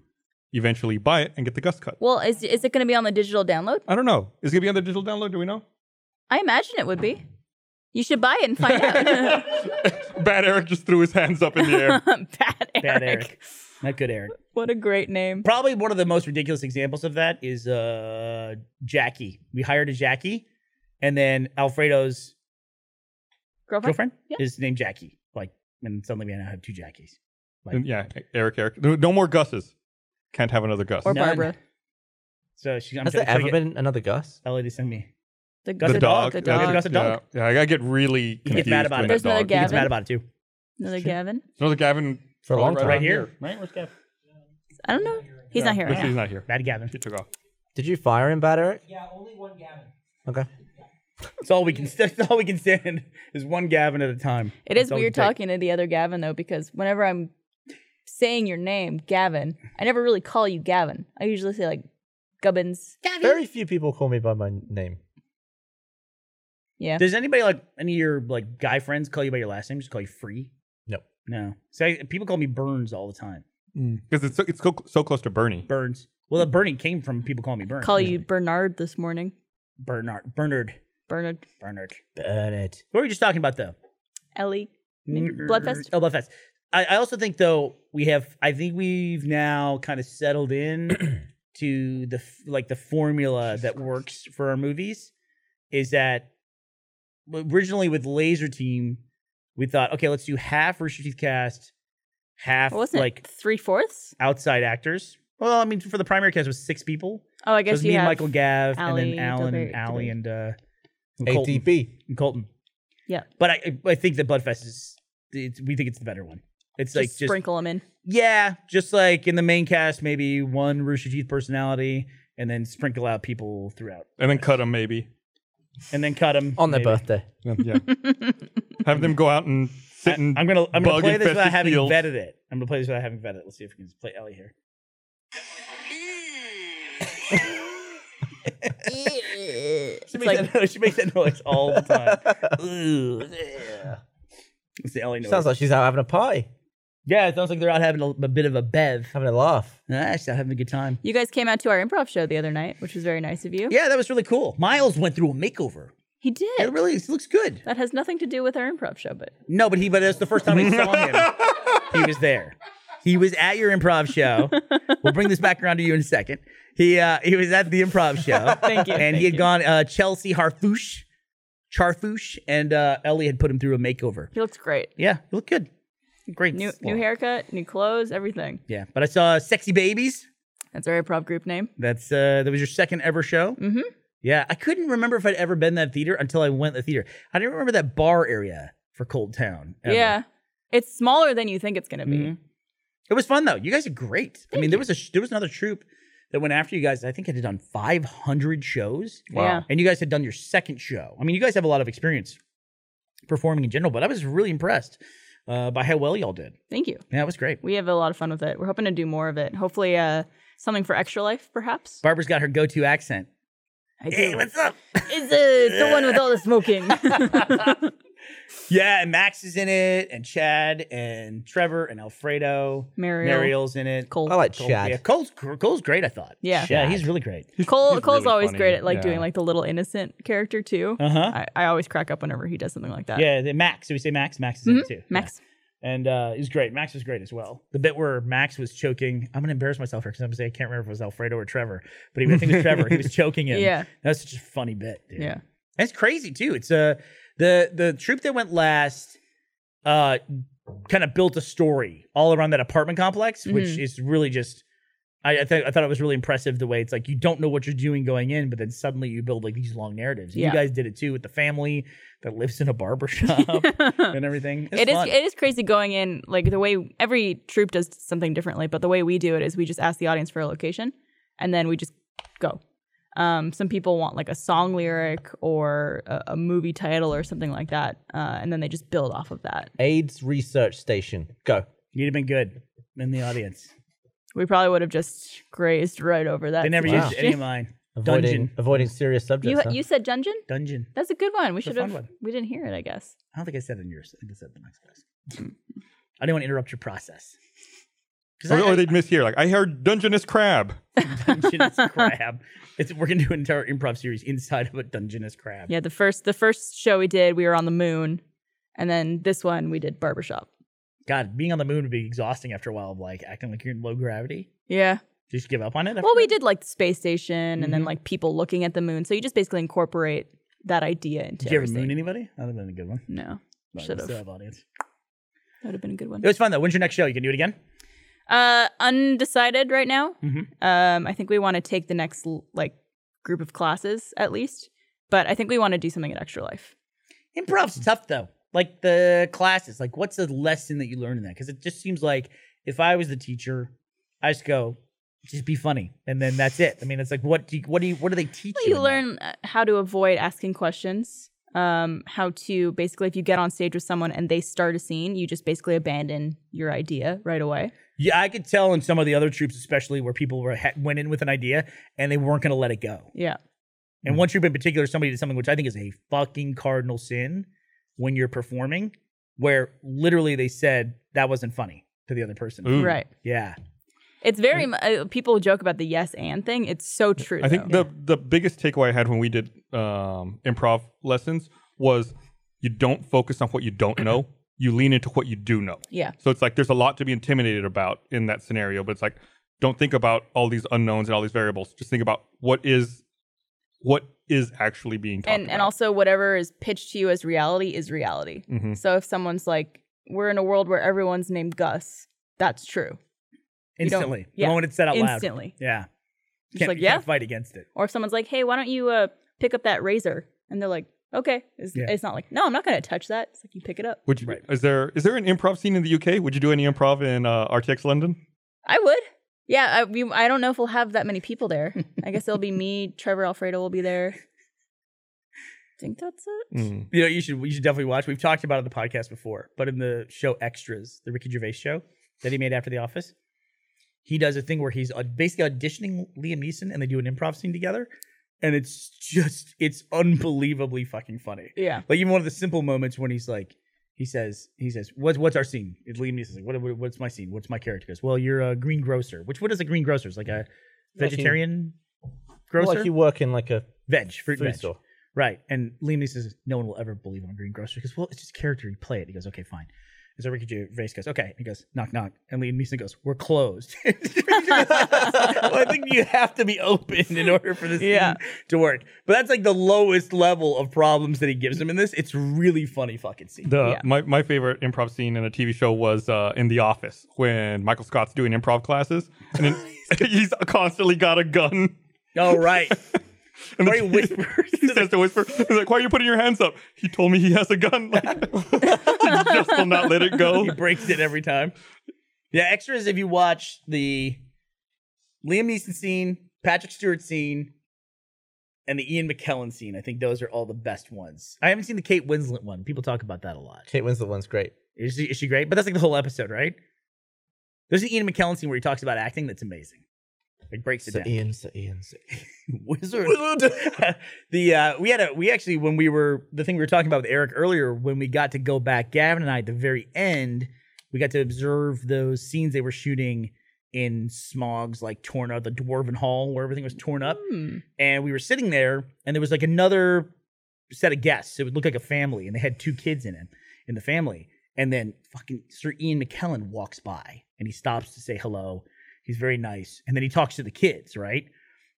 eventually buy it and get the Gus cut. Well, is is it gonna be on the digital download? I don't know. Is it going to be on the digital download? Do we know? I imagine it would be. You should buy it and find out. Bad Eric just threw his hands up in the air. Bad Eric. Bad Eric. Not good, Eric. What a great name. probably one of the most ridiculous examples of that is uh Jackie. We hired a Jackie, and then Alfredo's Girlfriend? girlfriend Yeah. is named Jackie. Like, and suddenly we now have two Jackies. And yeah, Eric, Eric. No no more Gus's. Can't have another Gus. Or None. Barbara. So she's. I'm Has there trying, trying ever to get been another Gus? Ellie to send me. The, Gus the the dog. The Yeah, dog. the Gus the dog. Yeah, yeah, I get really He confused. gets mad about when that it. There's another dog- He gets Gavin? mad about it too. Another Gavin. Another Gavin. For a long right time. around Right here, right? Where's Gavin? I don't know. He's not here. Which right he's now. not here. Bad Gavin. He took off. Did you fire him, Bad Eric? Yeah, only one Gavin. Okay. That's all we can. That's all we can stand is one Gavin at a time. It is That's all we weird can take. talking to the other Gavin though, because whenever I'm saying your name, Gavin, I never really call you Gavin. I usually say like Gubbins. Very few people call me by my name. Yeah. Does anybody like any of your like guy friends call you by your last name? Just call you Free. No. No. See, I- people call me Burns all the time. Because it's, so, it's so, so close to Bernie. Burns. Well, the Bernie came from people calling me Burns. Call you Bernard this morning. Bernard. Bernard. Bernard Bernard. Burn it. What were you just talking about though? Ellie. Bloodfest? Oh, Bloodfest. I, I also think though we have. I think we've now kind of settled in to the f- like the formula that works for our movies. Is that originally with Laser Team, we thouth okay, let's do half Rooster Teeth cast, half Well, wasn't like it three fourths? outside actors. Well, I mean, for the primary cast it was six people. Oh, I It guess was you me and have Michael Gav, and Ali, then Alan Dilbert, and Allie Dilbert. and uh, and Colton. ADB. And Colton. Yeah. But I I think that Bloodfest is it's, we think it's the better one. It's like just just sprinkle them in. yeah, just like in the main cast, maybe one Rooster Teeth personality, and then sprinkle out people throughout, and then cut them maybe. and then cut them On their birthday. Yeah, have them go out and sit and I'm gonna I'm gonna bug play this without infested having fields. vetted it. I'm gonna play this without having vetted it. Let's see if we can play Ellie here. She It's makes, like- that noise, she makes that noise all the time. Ooh, yeah. It's the Ellie noise. Sounds like she's out having a party, yeah, it sounds like they're out having a, a bit of a bev. having a laugh. Nah, she's out having a good time. You guys came out to our improv show the other night, which was very nice of you. Yeah, that was really cool. Miles went through a makeover. He did. It really it looks good. that has nothing to do with our improv show, but No, but he but that's the first time I saw him. he was there. He was at your improv show. we'll bring this back around to you in a second. He uh, he was at the improv show. Thank you, And thank he had you. gone uh, Chelsea Harfouche, Charfouche, and uh, Ellie had put him through a makeover. he looked great. Yeah, he looked good. Great. New new haircut, new clothes, everything. Yeah, but I saw Sexy Babies. That's our improv group name. That's uh, that was your second ever show. Mhm. Yeah, I couldn't remember if I'd ever been to that theater until I went to the theater. I didn't remember that bar area for Cold Town. ever. Yeah. Mm-hmm. It's smaller than you think it's going to be. Mhm. It was fun though. You guys are great. I mean, there was a sh- there was another troupe that went after you guys. I think I had done 500 shows, Yeah. and you guys had done your second show. I mean, you guys have a lot of experience performing in general, but I was really impressed uh, by how well y'all did. Thank you. Yeah, it was great. We have a lot of fun with it. We're hoping to do more of it. Hopefully, uh, something for extra life, perhaps. Barbara's got her go-to accent. I Hey, do. what's up? It's uh, the one with all the smoking. Yeah, and Max is in it, and Chad, and Trevor, and Alfredo. Mariel. Mariel's in it. Cole. I like Cole- Chad. Yeah, Cole's gr- Cole's great. I thought. Yeah. yeah, he's really great. Cole, he's Cole's really always funny. great at like doing Yeah. like the little innocent character too. Uh huh. I, I always crack up whenever he does something like that. Yeah, the Max. So we say Max. Max is in it too. Mm-hmm. Max. Yeah. and uh, he's great. Max was great as well. The bit where Max was choking. I'm gonna embarrass myself here because I'm gonna say I can't remember if it was Alfredo or Trevor, but he, I think it was Trevor. He was choking him. Yeah. that was such a funny bit. Dude. Yeah. That's crazy too. It's uh the the troop that went last uh kind of built a story all around that apartment complex, which Mhm. is really just I I, th- I thought it was really impressive the way it's like you don't know what you're doing going in, but then suddenly you build like these long narratives. And Yeah. You guys did it too with the family that lives in a barber shop and everything. It's It is fun. it is crazy going in like the way every troop does something differently, but the way we do it is we just ask the audience for a location and then we just go. Um, some people want like a song lyric or a, a movie title or something like that, uh, and then they just build off of that. AIDS research station. Go. You'd have been good in the audience. We probably would have just grazed right over that. They never Wow. used any of mine. Avoiding, Dungeon. avoiding serious subjects. You huh? you said dungeon? Dungeon. That's a good one. We It's a should fun have. one. We didn't hear it, I guess. I don't think I said in yours. I think I said the next class. I didn't want to interrupt your process. Because or, I, or I they'd miss here. Like I heard Dungeness crab. Dungeness crab. It's, we're gonna do an entire improv series inside of a Dungeness crab. Yeah, the first the first show we did, we were on the moon, and then this one we did barbershop. God, being on the moon would be exhausting after a while of like acting like you're in low gravity. Yeah. Did you just give up on it? After Well, we that? did like the space station, and then Mhm. like people looking at the moon. So you just basically incorporate that idea into. Did you ever everything. moon anybody? That would have been a good one. No, But Should've. what's up, audience? that would have been a good one. It was fun though. When's your next show? You can do it again. Uh, undecided right now. Mhm. Um, I think we want to take the next l- like group of classes at least, but I think we want to do something at Extra Life. Mm. Improv's tough though. Like the classes. Like what's the lesson that you learn in that? Because it just seems like if I was the teacher, I just go, just be funny, and then that's it. I mean, it's like what do you, what do you what do they teach Well, you? you in learn that? uh, how to avoid asking questions. Um, how to basically, if you get on stage with someone and they start a scene, you just basically abandon your idea right away. Yeah, I could tell in some of the other troops, especially where people were ha- went in with an idea and they weren't going to let it go. Yeah. And one troop in particular, somebody did something which I think is a fucking cardinal sin when you're performing, where literally they said that wasn't funny to the other person. Ooh. Right. Yeah, It's very, Mm. mu- uh, people joke about the yes and thing. It's so true. I think though. the the biggest takeaway I had when we did um, improv lessons was you don't focus on what you don't know. You lean into what you do know. yeah. So it's like there's a lot to be intimidated about in that scenario, but it's like don't think about all these unknowns and all these variables. Just think about what is what is actually being taught. And, and also, whatever is pitched to you as reality is reality. Mhm. Mm. So if someone's like, we're in a world where everyone's named Gus, That's true. You don't- instantly. yeah, The moment it's said out loud. instantly. Yeah. Just Can't, like, you yeah. can't fight against it. Or if someone's like, "Hey, why don't you uh, pick up that razor?" and they're like, "Okay," it's, Yeah. it's not like, "No, I'm not gonna touch that." It's like you pick it up. Would you, Right. Is there is there an improv scene in the UK? Would you do any improv in uh, RTX London? I would. Yeah, I, we, I don't know if we'll have that many people there. I guess it'll be me. Trevor Alfredo will be there. I think that's it. Mm. You know, you should you should definitely watch. We've talked about it on the podcast before, but in the show Extras, the Ricky Gervais show that he made after The Office, he does a thing where he's uh, basically auditioning Liam Neeson, and they do an improv scene together, and it's just it's unbelievably fucking funny. Yeah. Like even one of the simple moments when he's like, he says, he says, "What's what's our scene?" It's Liam Neeson's like, what, what- "What's my scene? What's my character?" He goes, "Well, you're a green grocer." Which what is a green grocer? It's like a Like he- vegetarian grocer, Like you work in like a veg, fruit food veg. store. Right. And Liam Neeson says, No one will ever believe I'm a green grocer. He goes, Well, it's just character. You play it. He goes, Okay, fine. And so Ricky Gervais goes, Okay. He goes, Knock, knock. And Liam Neeson goes, We're closed. well, I think you have to be open in order for this Yeah. scene to work. But that's like the lowest level of problems that he gives him in this. It's really funny fucking scene. The Yeah. my, my favorite improv scene in a TV show was uh, in The Office when Michael Scott's doing improv classes and then he's constantly got a gun. oh, right. And Or then he whispers He to says to whisper, he's like, "Why are you putting your hands up?" He told me he has a gun. Like, he just will not let it go. he breaks it every time. Yeah, extras if you watch the Liam Neeson scene, Patrick Stewart scene, and the Ian McKellen scene. I think those are all the best ones. I haven't seen the Kate Winslet one. People talk about that a lot. Kate Winslet one's great. Is she, is she great? But that's like the whole episode, right? There's the Ian McKellen scene where he talks about acting that's amazing. It breaks it Sir down. Ian, Sir Ian, Sir Wizard. the uh, we had a we actually when we were the thing we were talking about with Eric earlier when we got to go back Gavin and I at the very end we got to observe those scenes they were shooting in Smog's like torn up the dwarven hall where everything was torn up Hmm. and we were sitting there and there was like another set of guests it would look like a family and they had two kids in it in the family and then fucking Sir Ian McKellen walks by and he stops to say hello he's very nice and then he talks to the kids right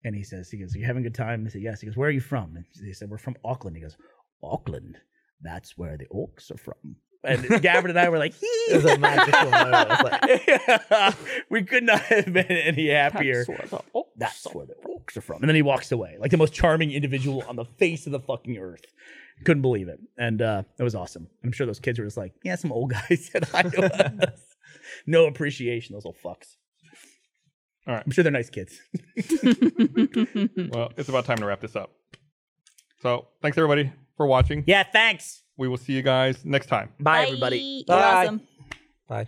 and he says, he goes, Are you having a good time? They say, Yes. He goes, Where are you from? And they said, We're from Auckland. He goes, Auckland, that's where the orcs are from. And Gavin and I were like, It was a magical moment. I was like, We could not have been any happier. That's what the- oh, That's where the orcs are from. And then he walks away, like the most charming individual on the face of the fucking earth. Couldn't believe it. And uh, it was awesome. I'm sure those kids were just like, Yeah, some old guys said hi to us. no appreciation, those old fucks. All right. I'm sure they're nice kids. Well, it's about time to wrap this up. So, thanks everybody for watching. Yeah, thanks. We will see you guys next time. Bye, everybody. You're Bye. awesome. Bye.